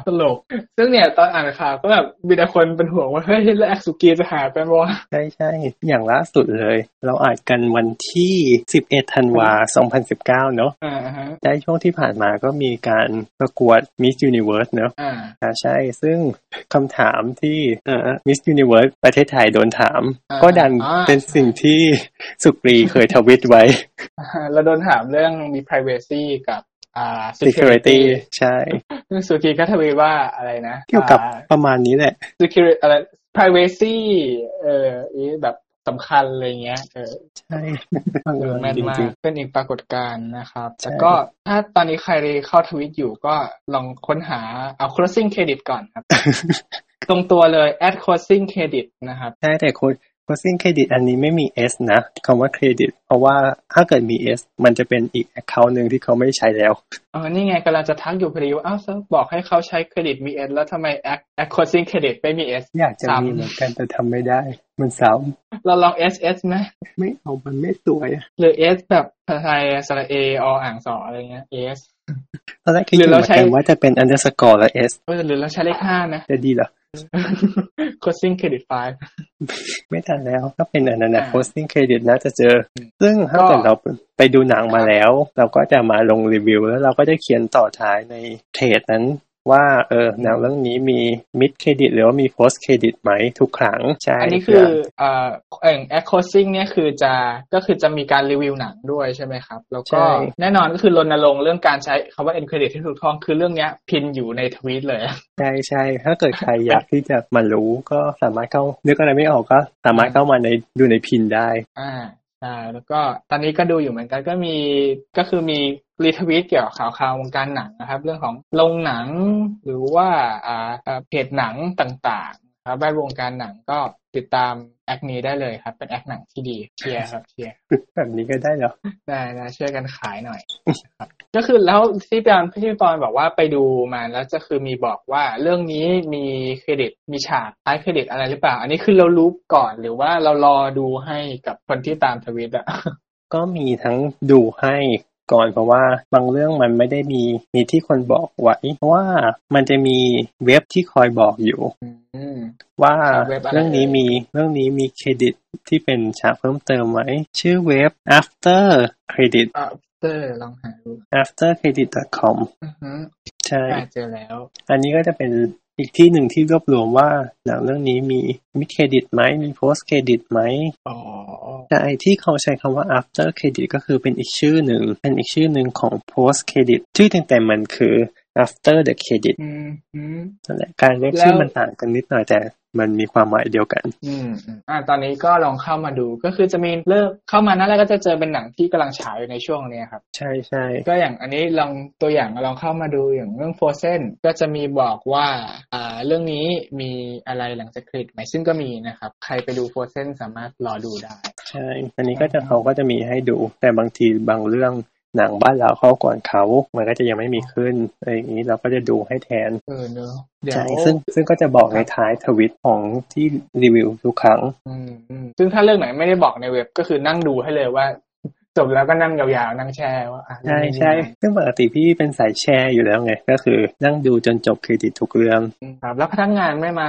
Speaker 1: ตลก ซึ่งเนี่ยตอนอ่านข่าวก็แบบมีแต่คนเป็นห่วงว่าเฮ้ยแล้วแอคสุกีจะหายไปไหมวะ
Speaker 2: ใช่ใช่อย่างล่าสุดเลย เราอาจกันวันที่ 11ธันวา2019 เนาะ
Speaker 1: อ่าฮะ
Speaker 2: ในช่วงที่ผ่านมาก็มีการประกวด Miss Universe เนาะ
Speaker 1: อ่า
Speaker 2: อ่าใช่ ซึ่งคำถามที่เอ่อ Miss Universe ประเทศไทยโดนถาม
Speaker 1: อ่า
Speaker 2: ก็ดัน
Speaker 1: อ่า
Speaker 2: เป็นสิ่งที่สุกรีเคยทวิตไว้
Speaker 1: เราโดนถามเรื่องมี privacy กับอ่า
Speaker 2: Security ใช่
Speaker 1: ซึ่งสุกีก็ทวีตว่าอะไรนะ
Speaker 2: เกี่ยวกับ
Speaker 1: อ่า
Speaker 2: ประมาณนี้แหละ
Speaker 1: security อะไร privacy เอ่ออีแบบสำคัญอะไรเงี้ย เออ
Speaker 2: ใช่บังเอิญ
Speaker 1: แม่น
Speaker 2: จ
Speaker 1: มาก
Speaker 2: ริง
Speaker 1: เป็นอีกปรากฏการณ์นะครับ
Speaker 2: ใช่
Speaker 1: แต่ก็ถ้าตอนนี้ใครเข้าทวิตอยู่ก็ลองค้นหาเอา crossing credit ก่อนครับ ตรงตัวเลย at crossing credit นะครับ
Speaker 2: ใช่แต่โค้ดโคซิ่งเครดิตอันนี้ไม่มี S นะคำว่าเครดิต เพราะว่าถ้าเกิดมี S มันจะเป็นอีก Account หนึ่งที่เขาไม่ใช้แล้ว
Speaker 1: เออนี่ไงกำลังจะทักอยู่พอดีว่าอ้าวเซิร์ฟบอกให้เขาใช้เครดิตมีเอสแล้วทำไมแอคแอคคอร์ซิงเครดิตไม่มีเอส
Speaker 2: อยากจะมี
Speaker 1: ซ้ำ
Speaker 2: เหมือนกันแต่ทำไม่ได้ มันซ้
Speaker 1: เราลองเอสเอสไหม
Speaker 2: ำไม่เอามันไม่สวยอะ
Speaker 1: หรือเอสแบบภาษาไทยสระเอออ่างสออะไรเงี้ยเอส
Speaker 2: ตอนแรกคิด
Speaker 1: หรื
Speaker 2: อยู่
Speaker 1: อเรา
Speaker 2: เหมือน
Speaker 1: ใช้
Speaker 2: กันว่าจะเป็น underscore และ S
Speaker 1: เออหรือเราใช้เลขห้า นะ
Speaker 2: จะดีเหรอ
Speaker 1: คอร์ซิงเครดิตไฟ
Speaker 2: ไม่ทันแล้วถ้าเป็นอันนั้นนะ
Speaker 1: อ่า
Speaker 2: hosting credit น่าจะเจอ ซึ่งถ้าเกิดเราไปดูหนังมาแล้ว เราก็จะมาลงรีวิว แล้วเราก็จะเขียนต่อท้ายในเทรดนั้น ว่าเออหนังเรื่องนี้มี mid credit หรือว่ามี post credit ไหมทุกครั้งใช่
Speaker 1: อันนี้คือเอ่อเอ่งแอคคอร์ซิงเนี่ยคือจะก็คือจะมีการรีวิวหนังด้วยใช่ไหมครับ แล้วก็แน่นอนก็คือรณรงค์เรื่องการใช้คำว่าเอ็นเครดิตที่ถูกต้องคือเรื่องเนี้ยพินอยู่ในทวีตเลย
Speaker 2: ใช่ใช่ถ้าเกิดใครอยากที่จะมารู้ก็สามารถเข้า นึกอะไรไม่ออกก็สามารถเข้ามาในดูในพินได้
Speaker 1: อ่าใช่แล้วก็ตอนนี้ก็ดูอยู่เหมือนกันก็มีก็คือมีรีทวีตเกี่ยวกับข่าวข่าววงการหนังนะครับ เรื่องของโรงหนังหรือว่าอ่าอ่าเพจหนังต่างๆนะครับแวดวงการหนังก็ติดตามแอคนี้ได้เลยครับ เป็นแอคหนังที่ดีเชียร์ครับเชียร์
Speaker 2: แบบนี้ก็ได้เหรอ
Speaker 1: ได้นะช่วยกันขายหน่อยนะครับก็คือแล้วที่พี่ปอนพี่ปอนบอกว่าไปดูมาแล้วจะคือมีบอกว่าเรื่องนี้มีเครดิตมีฉากท้ายเครดิตอะไรหรือเปล่า อันนี้คือเรารู้ก่อนหรือว่าเรารอดูให้กับคนที่ตามทวิตอะ
Speaker 2: ก็มีทั้งดูให้ก่อนเพราะว่าบางเรื่องมันไม่ได้มีมีที่คนบอกไว้เพราะว่ามันจะมีเว็บที่คอยบอกอยู่
Speaker 1: อืม
Speaker 2: ว่า
Speaker 1: เว็บอะไร
Speaker 2: เรื่องนี้มีเรื่องนี้มีเครดิตที่เป็นฉากเพิ่มเติมไหมชื่อเว็บ after credit
Speaker 1: อ่ะเตอร์ลองหาดู
Speaker 2: after credit com
Speaker 1: อือฮึ
Speaker 2: ใช่
Speaker 1: อ่ะเจอแล้ว
Speaker 2: อันนี้ก็จะเป็นอีกที่หนึ่งที่รวบรวมว่าหนังเรื่องนี้มีมีเครดิตไหมมี post credit ไหม
Speaker 1: อ๋อ
Speaker 2: แต่ไอที่เขาใช้คำว่า after credit ก็คือเป็นอีกชื่อหนึ่ง เป็นอีกชื่อหนึ่งของ post credit ชื่อเต็มๆมันคือ after the credit
Speaker 1: อืมอืม
Speaker 2: นั่นแหละการเรียก
Speaker 1: แล้ว
Speaker 2: ชื่อมันต่างกันนิดหน่อยแต่มันมีความหมายเดียวกัน
Speaker 1: อืมอืมอ่าตอนนี้ก็ลองเข้ามาดูก็คือจะมีเลิกเข้ามานั่นแล้วก็จะเจอเป็นหนังที่กำลังฉายอยู่ในช่วงเนี้ยครับ
Speaker 2: ใช่ใช่
Speaker 1: ก็อย่างอันนี้ลองตัวอย่างลองเข้ามาดูอย่างเรื่องโฟเซนก็จะมีบอกว่าอ่าเรื่องนี้มีอะไรหลังจากเครดิตไหมซึ่งก็มีนะครับ ใครไปดูโฟเซนสามารถรอดูได้
Speaker 2: ใช่ อันนี้ก็จะเขาก็จะมีให้ดู แต่บางทีบางเรื่องหนังบ้านเราเข้าก่อนเขา มันก็จะยังไม่มีขึ้นอะไรอย่างนี้เราก็จะดูให้แทน
Speaker 1: เออเนอะเดี๋ยว
Speaker 2: ใช่ซึ่งซึ่งก็จะบอกในท้ายทวิตของที่รีวิวทุกครั้ง
Speaker 1: อืมอืมซึ่งถ้าเรื่องไหนไม่ได้บอกในเว็บก็คือนั่งดูให้เลยว่า จบแล้วก็นั่งยาวๆนั่งแช่ว่าอ่ะ
Speaker 2: ใช่ใช่ซึ่งปกติพี่เป็นสายแชร์อยู่แล้วไง ก็คือนั่งดูจนจบเครดิตทุกเรื่อง
Speaker 1: อืมครับ แล้วพนักงานไม่มา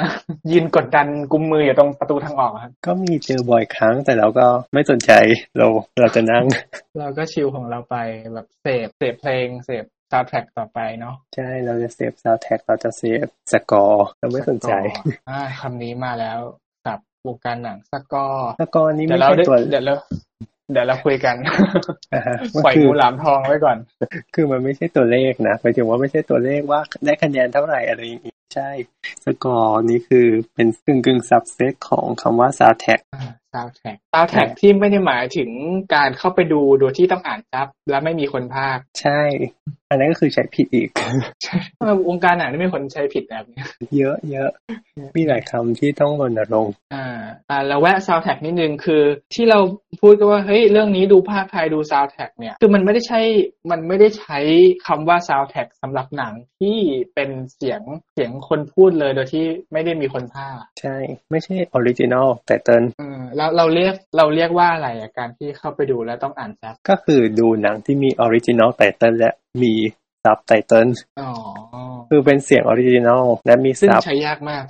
Speaker 1: ยืนกดดันกุมมืออยู่ตรงประตูทางออกอะครับ
Speaker 2: ก็มีเจอบ่อยครั้งแต่เราก็ไม่สนใจเราเราจะนั่ง
Speaker 1: เราก็ชิลของเราไปแบบเสพเสพเพลงเสพซาวด์แทร็กต่อไปเนาะ
Speaker 2: ใช่ เราจะเซฟซาวแท็กเราจะเซฟสกอร์เราไม่สนใจ
Speaker 1: อ่าคำนี้มาแล้วกับวงการหนังสกอร์
Speaker 2: สกอร์นี้
Speaker 1: เดี๋ย
Speaker 2: ไม่
Speaker 1: วเรา
Speaker 2: ใช่
Speaker 1: ได้
Speaker 2: ตัว
Speaker 1: เดี๋ยวเราเดี๋ยวเราคุยกัน
Speaker 2: อ่าฮะ
Speaker 1: ปล่อย
Speaker 2: คือ
Speaker 1: งูหลามทองไว้ก่อน
Speaker 2: คือมันไม่ใช่ตัวเลขนะหมายถึงว่าไม่ใช่ตัวเลขว่าได้คะแนนเท่าไหร่อะไรอย่างงี้ใช่สกอร์นี้คือเป็นกึ่งกึ่งซับเซตของคำว่าซาวแท็ก
Speaker 1: ซาวแท็กซาวแท็ก
Speaker 2: ใช่
Speaker 1: ที่ไม่ได้หมายถึงการเข้าไปดูโดยที่ต้องอ่านซับและไม่มีคนพากย์
Speaker 2: ใช่ อันนั้นก็คือใช้ผิดอีก
Speaker 1: เออวงการหนังนี่มีคนใช้ผิดแบบนี้
Speaker 2: เยอะเยอะมีหลายคำที่ต้องรณรงค์
Speaker 1: อ่าอ่าเราแวะซาวแท็กนิดนึงคือ ที่เราพูดก็ว่าเฮ้ยเรื่องนี้ดูภาคไทยดูซาวแท็กเนี่ยคือมันไม่ได้ใช้มันไม่ได้ใช้คำว่าซาวแท็กสำหรับหนังที่เป็นเสียงเสียงคนพูดเลยโดยที่ไม่ได้มีคนพากย์
Speaker 2: ใช่ ไม่ใช่ออริจินอลแต่เติน
Speaker 1: เออแล้วเราเรียกเราเรียกว่าอะไรอะการที่เข้าไปดูแล้วต้องอ่านซับ
Speaker 2: ก็คือดูหนังที่มีออริจินอลไตเติลและมีซับไตเติล
Speaker 1: อ๋อ
Speaker 2: คือเป็นเสียงออริจินอลและมี
Speaker 1: ซึ่ง
Speaker 2: ซับ
Speaker 1: ใช้ยากมาก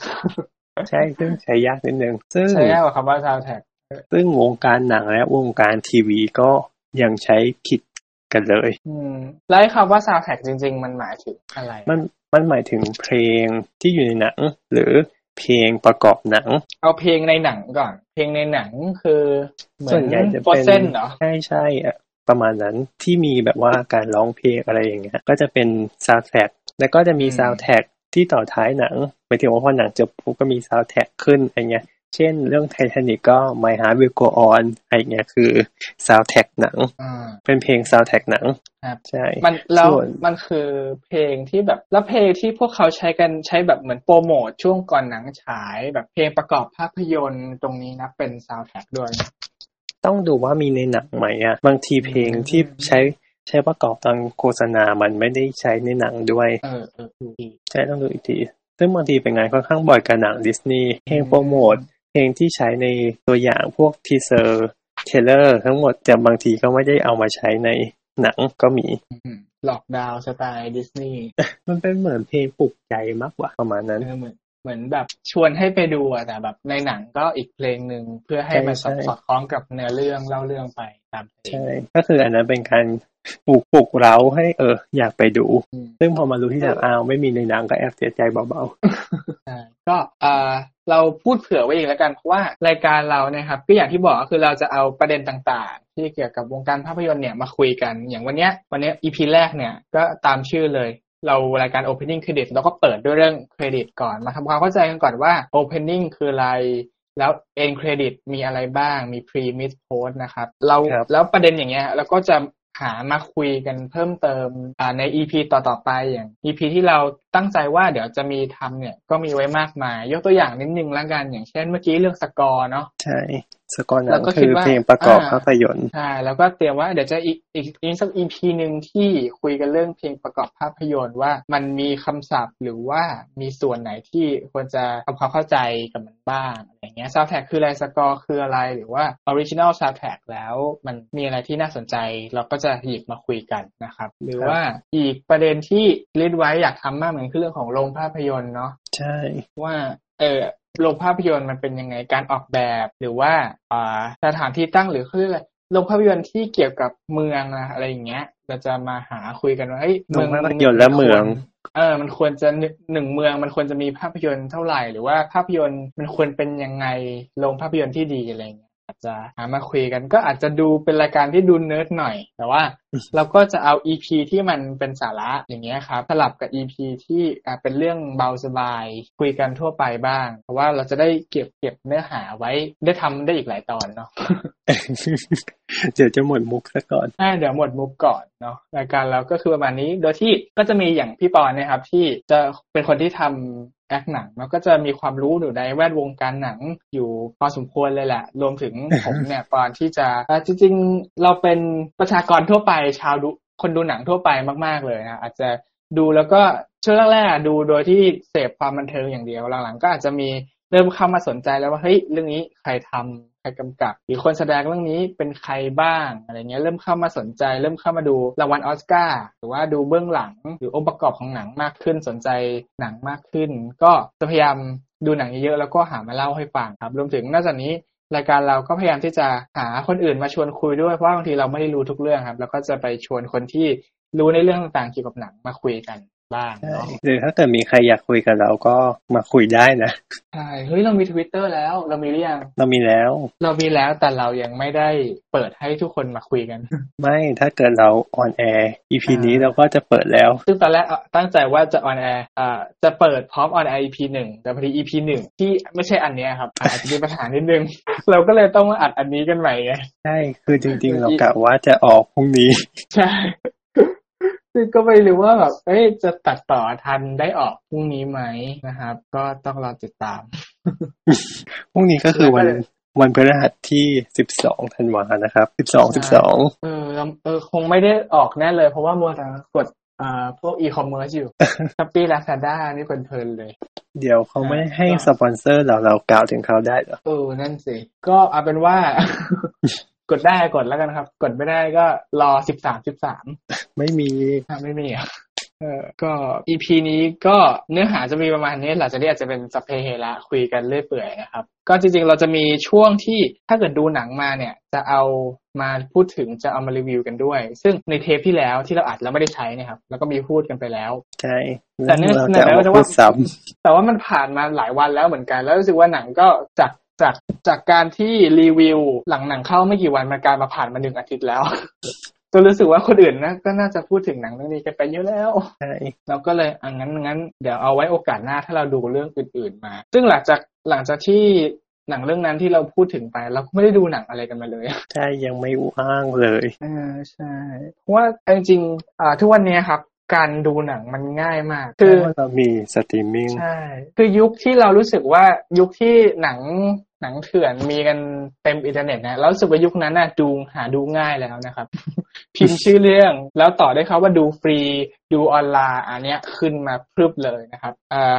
Speaker 2: ใช่ซึ่งใช้ยากนิดนึงซึ่ง
Speaker 1: ใช้ยากกว่าคำว่าซาวแท็ก
Speaker 2: ซึ่งวงการหนังและวงการทีวีก็ยังใช้ผิดกันเลย
Speaker 1: อืมแล้วไอ้คำว่าซาวแท็กจริง ๆ มันหมายถึงอะไร
Speaker 2: มันมันหมายถึงเพลงที่อยู่ในหนัง หรือเพลงประกอบหนัง
Speaker 1: เอาเพลงในหนังก่อน เพลงในหนังคือเหมื
Speaker 2: ส่
Speaker 1: อ
Speaker 2: วน
Speaker 1: น
Speaker 2: ใหญ่จะ
Speaker 1: โฟ
Speaker 2: เป็น
Speaker 1: เซนเหรอ
Speaker 2: ใช่ใช่อะประมาณนั้นที่มีแบบว่าการร้องเพลงอะไรอย่างเงี้ยก็จะเป็นซาวด์แทร็กแล้วก็จะมีซาวด์แทร็กที่ต่อท้ายหนังหมายถึงว่าพอหนังจบปุ๊บก็มีซาวด์แทร็กขึ้นอะไรเงี้ย เช่นเรื่องไททานิกก็ My Heart Will Go On อะไรเงี้ยคือซาวด์แทร็กหนัง
Speaker 1: อ่า
Speaker 2: เป็นเพลงซาวด์แทร็กหนัง
Speaker 1: ครับ
Speaker 2: ใช่
Speaker 1: มันแล้ว
Speaker 2: ส่วน
Speaker 1: มันคือเพลงที่แบบแล้วเพลงที่พวกเขาใช้กันใช้แบบเหมือนโปรโมทช่วงก่อนหนังฉายแบบเพลงประกอบภาพยนตร์ตรงนี้นะเป็นซาวแท็กด้วย
Speaker 2: ต้องดูว่ามีในหนังไหมอ่ะบางทีเพลงที่ใช้ใช้ประกอบตอนโฆษณามันไม่ได้ใช้ในหนังด้วย
Speaker 1: เออเออดูดี
Speaker 2: ใช่ต้องดูอีกที ซึ่งบางทีเป็นงานค่อนข้างบ่อยกับหนังดิสนีย์เพลงโปรโมทเพลงที่ใช้ในตัวอย่างพวกทีเซอร์เทเลอร์ทั้งหมดแต่บางทีก็ไม่ได้เอามาใช้ในหนังก็มี
Speaker 1: อืมหลอกดาวน์สไตล์ดิสนีย์
Speaker 2: มันเป็นเหมือนเพลงปลุกใจมากกว่าประมาณนั้น
Speaker 1: เออเหมือนเหมือนแบบชวนให้ไปดูอะแต่แบบในหนังก็อีกเพลงหนึ่งเพื่อให้มันสอ
Speaker 2: ใช่
Speaker 1: ด
Speaker 2: ใช่
Speaker 1: สอดคล้องกับเนื้อเรื่องเล่าเรื่องไปตามเพลง
Speaker 2: ใช่ก็คืออันนั้นเป็นการปลุกปลุกเร้าให้เอออยากไปดู
Speaker 1: อืม
Speaker 2: ซึ่งพอมารู้ที่หนังอ้าวไม่มีในหนังก็แอบเสียใจเบา
Speaker 1: ใช่ก็เอ่อเราพูดเผื่อไว้อีกแล้วกัน เพราะว่ารายการเราเนี่ยครับก็อย่างที่บอกก็คือเราจะเอาประเด็นต่างๆ ที่เกี่ยวกับวงการภาพยนตร์เนี่ยมาคุยกัน อย่างวันเนี้ยวันเนี้ย EP แรกเนี่ยก็ตามชื่อเลย เรารายการ opening credit เราก็เปิดด้วยเรื่องเครดิตก่อนมาทำความเข้าใจกันก่อนว่า opening คืออะไร แล้ว end credit มีอะไรบ้าง มี pre mid post นะครับ เราแล้วประเด็นอย่างเงี้ยเราก็จะหามาคุยกันเพิ่มเติมอ่าใน EP ต่อๆไปอย่าง EP ที่เราตั้งใจว่าเดี๋ยวจะมีทำเนี่ยก็มีไว้มากมาย ยกตัวอย่างนิดนึงละกัน อย่างเช่นเมื่อกี้เรื่องสกอร์เนาะ
Speaker 2: ๆ ใช่สกอร์หนั
Speaker 1: แล้
Speaker 2: ง
Speaker 1: วก็คิ
Speaker 2: คื
Speaker 1: ด
Speaker 2: อ
Speaker 1: ว่า
Speaker 2: เพลงประกอบ
Speaker 1: อ่า
Speaker 2: ภาพยนตร์
Speaker 1: ใช่แล้วก็เตรียมว่าเดี๋ยวจะอีกอีกอีกสัก EP หนึ่งที่คุยกันเรื่องเพลงประกอบภาพยนตร์ว่ามันมีคำศัพท์หรือว่ามีส่วนไหนที่ควรจะทำความเข้าใจกับมันบ้างอะไรเงี้ยซาวแท็กคืออะไรสกอร์คืออะไรหรือว่าออริจินอลซาวแท็กแล้วมันมีอะไรที่น่าสนใจเราก็จะหยิบมาคุยกันนะครับ หรือว่าอีกประเด็นที่ลิดไว้อยากทำมากเหมือนคือเรื่องของโรงภาพยนตร์เนาะ
Speaker 2: ใช่
Speaker 1: ว่าเออโรงภาพยนตร์มันเป็นยังไงการออกแบบหรือว่าอ่าสถานที่ตั้งหรือคืออะไรโรงภาพยนตร์ที่เกี่ยวกับเมืองนะอะไรอย่างเงี้ยเราจะมาหาคุยกันว่าเฮ้ย
Speaker 2: โรงภาพยนตร์และเมือง
Speaker 1: เออมันควรจะหนึ่งหนึ่งเมืองมันควรจะมีภาพยนตร์เท่าไหร่ หรือว่าภาพยนตร์มันควรเป็นยังไงโรงภาพยนตร์ที่ดีอะไรอย่างเงี้ยอาจจะหามาคุยกันก็อาจจะดูเป็นรายการที่ดูเนิร์ดหน่อย แต่ว่า เราก็จะเอา EP ที่มันเป็นสาระอย่างเงี้ยครับสลับกับ EP ที่อ่าเป็นเรื่องเบาสบาย คุยกันทั่วไปบ้าง เพราะว่าเราจะได้เก็บเก็บเนื้อหาไว้ได้ทำได้อีกหลายตอนเนาะ
Speaker 2: เดี๋ยวจะหมดมุกซะก่อน
Speaker 1: อ่าเดี๋ยวหมดมุกก่อนเนาะรายการเราก็คือประมาณนี้ โดยที่ก็จะมีอย่างพี่ปอนเนะครับ ที่จะเป็นคนที่ทำแอคหนังแล้วก็จะมีความรู้อยู่ในแวดวงการหนังอยู่พอสมควรเลยแหละ รวมถึง ผมเนี่ยปอนที่จะอ่าจริงๆ เราเป็นประชากรทั่วไปชาวดูคนดูหนังทั่วไปมาก ๆเลยนะอาจจะดูแล้วก็ช่วงแรกๆอ่ะดูโดยที่เสพความบันเทิงอย่างเดียวหลังๆก็อาจจะมี เริ่มเข้ามาสนใจแล้วว่าเฮ้ยเรื่องนี้ใครทำใครกำกับ หรือคนแสดงเรื่องนี้เป็นใครบ้างอะไรเงี้ยเริ่มเข้ามาสนใจ เริ่มเข้ามาดูรางวัลออสการ์หรือว่าดูเบื้องหลังหรือองค์ประกอบของหนังมากขึ้นสนใจหนังมากขึ้น ก็จะพยายามดูหนังเยอะๆแล้วก็หามาเล่าให้ฟังครับ รวมถึงนอกจากนี้ รายการเราก็พยายามที่จะหาคนอื่นมาชวนคุยด้วยเพราะว่าบางทีเราไม่ได้รู้ทุกเรื่องครับ แล้วก็จะไปชวนคนที่รู้ในเรื่องต่างๆเกี่ยวกับหนังมาคุยกันบ้าง
Speaker 2: ใช่
Speaker 1: เนาะ
Speaker 2: หรือถ้าเกิดมีใครอยากคุยกับเราก็มาคุยได้นะ
Speaker 1: ใช่เฮ้ย เรามีทวิตเตอร์แล้ว เรามีหรือยัง
Speaker 2: เรามีแล้ว
Speaker 1: เรามีแล้วแต่เรายังไม่ได้เปิดให้ทุกคนมาคุยกัน
Speaker 2: ไม่ถ้าเกิดเราออนแอร์ EP
Speaker 1: อ่านี้
Speaker 2: นี้เราก็จะเปิดแล้ว
Speaker 1: ซึ่งตอนแรกอ่ะตั้งใจว่าจะออนแอร์อ่าจะเปิดพร้อมออนแอร์ EP หนึ่งแต่พอดี EP หนึ่งที่ไม่ใช่อันเนี้ยครับ อาจจะมีปัญหานิดนึง เราก็เลยต้องมาอัดอันนี้กันใหม่ไง
Speaker 2: ใช่ คือจริง ๆ
Speaker 1: เมื่
Speaker 2: เรา
Speaker 1: อกี้
Speaker 2: กะว่าจะออกพรุ่งนี้
Speaker 1: ใช่ ซึ่งก็ไม่รู้ว่าแบบเอ้ยจะตัดต่อทันได้ออกพรุ่งนี้ไหมนะครับ ก็ต้องรอติดตาม
Speaker 2: พรุ่งนี้ก็คือวัน
Speaker 1: แล้วก็เลย
Speaker 2: วันพฤหัสที่สิบสองธันวานะครับสิบสองสิบสอง
Speaker 1: เออเราเออคงไม่ได้ออกแน่เลยเพราะว่ามัวแต่กดอ่าพวกอีคอมเมิร์ซอยู่ ช้อปปี้ลาซาด้านี่เพลินๆเลย
Speaker 2: เดี๋ยวเขาไม่ได้ให้
Speaker 1: อ่า
Speaker 2: สปอนเซอร์เราเรากล่าวถึงเขาได้เหรอ
Speaker 1: เออ นั่นสิ ก็เอาเป็นว่า กดได้กดแล้วกันครับ กดไม่ได้ก็รอสิบสามสิบสาม
Speaker 2: ไม่มี
Speaker 1: ไม่มีอ่ะเออก็อีพีนี้ก็เนื้อหาจะมีประมาณนี้หลังจากนี้อาจจะเป็นสพเพเฮระคุยกันเรื่อยเปื่อยนะครับ ก็จริงๆเราจะมีช่วงที่ถ้าเกิดดูหนังมาเนี่ย จะเอามาพูดถึงจะเอามารีวิวกันด้วย ซึ่งในเทปที่แล้วที่เราอัดแล้วไม่ได้ใช้เนะครับ แล้วก็มีพูดกันไปแล้ว
Speaker 2: ใช่
Speaker 1: แต่เนื่อง
Speaker 2: เรา
Speaker 1: ใน
Speaker 2: จะ
Speaker 1: นั้น
Speaker 2: เอามา
Speaker 1: ก็จะ
Speaker 2: พู
Speaker 1: ว่า
Speaker 2: ดซ้
Speaker 1: แต่ว่ามันผ่านมาหลายวันแล้วเหมือนกัน แล้วรู้สึกว่าหนังก็จากจากจากการที่รีวิวหลังหนังเข้าไม่กี่วันมันกลายมาผ่านมาหนึ่งอาทิตย์แล้ว จนรู้สึกว่าคนอื่นนะก็น่าจะพูดถึงหนังเรื่องนี้กันไปเยอะแล้ว
Speaker 2: ำใช่
Speaker 1: เราก็เลยอังงั้นงั้นเดี๋ยวเอาไว้โอกาสหน้าถ้าเราดูเรื่องอื่นๆมา ซึ่งหลังจากหลังจากที่หนังเรื่องนั้นที่เราพูดถึงไปเราก็ไม่ได้ดูหนังอะไรกันมาเลย
Speaker 2: ใช่ยังไม่ว่างเลย
Speaker 1: อ่าใช่เพราะว่าจริงๆอ่าทุกวันนี้ครับ การดูหนังมันง่ายมาก
Speaker 2: เพราะว่าเรามีสตรีมมิ่ง
Speaker 1: ใช่ คือยุคที่เรารู้สึกว่ายุคที่หนังหนังเถื่อนมีกันเต็มอินเทอร์เน็ตนะแล้วรู้สึกว่ายุคนั้นน่ะดูหาดูง่ายแล้วนะครับ พิมพ์ชื่อเรื่องแล้วต่อได้วยเขาว่าดูฟรีดูออนไลน์อันเนี้ยขึ้นมาพรึบเลยนะครับเอ่อ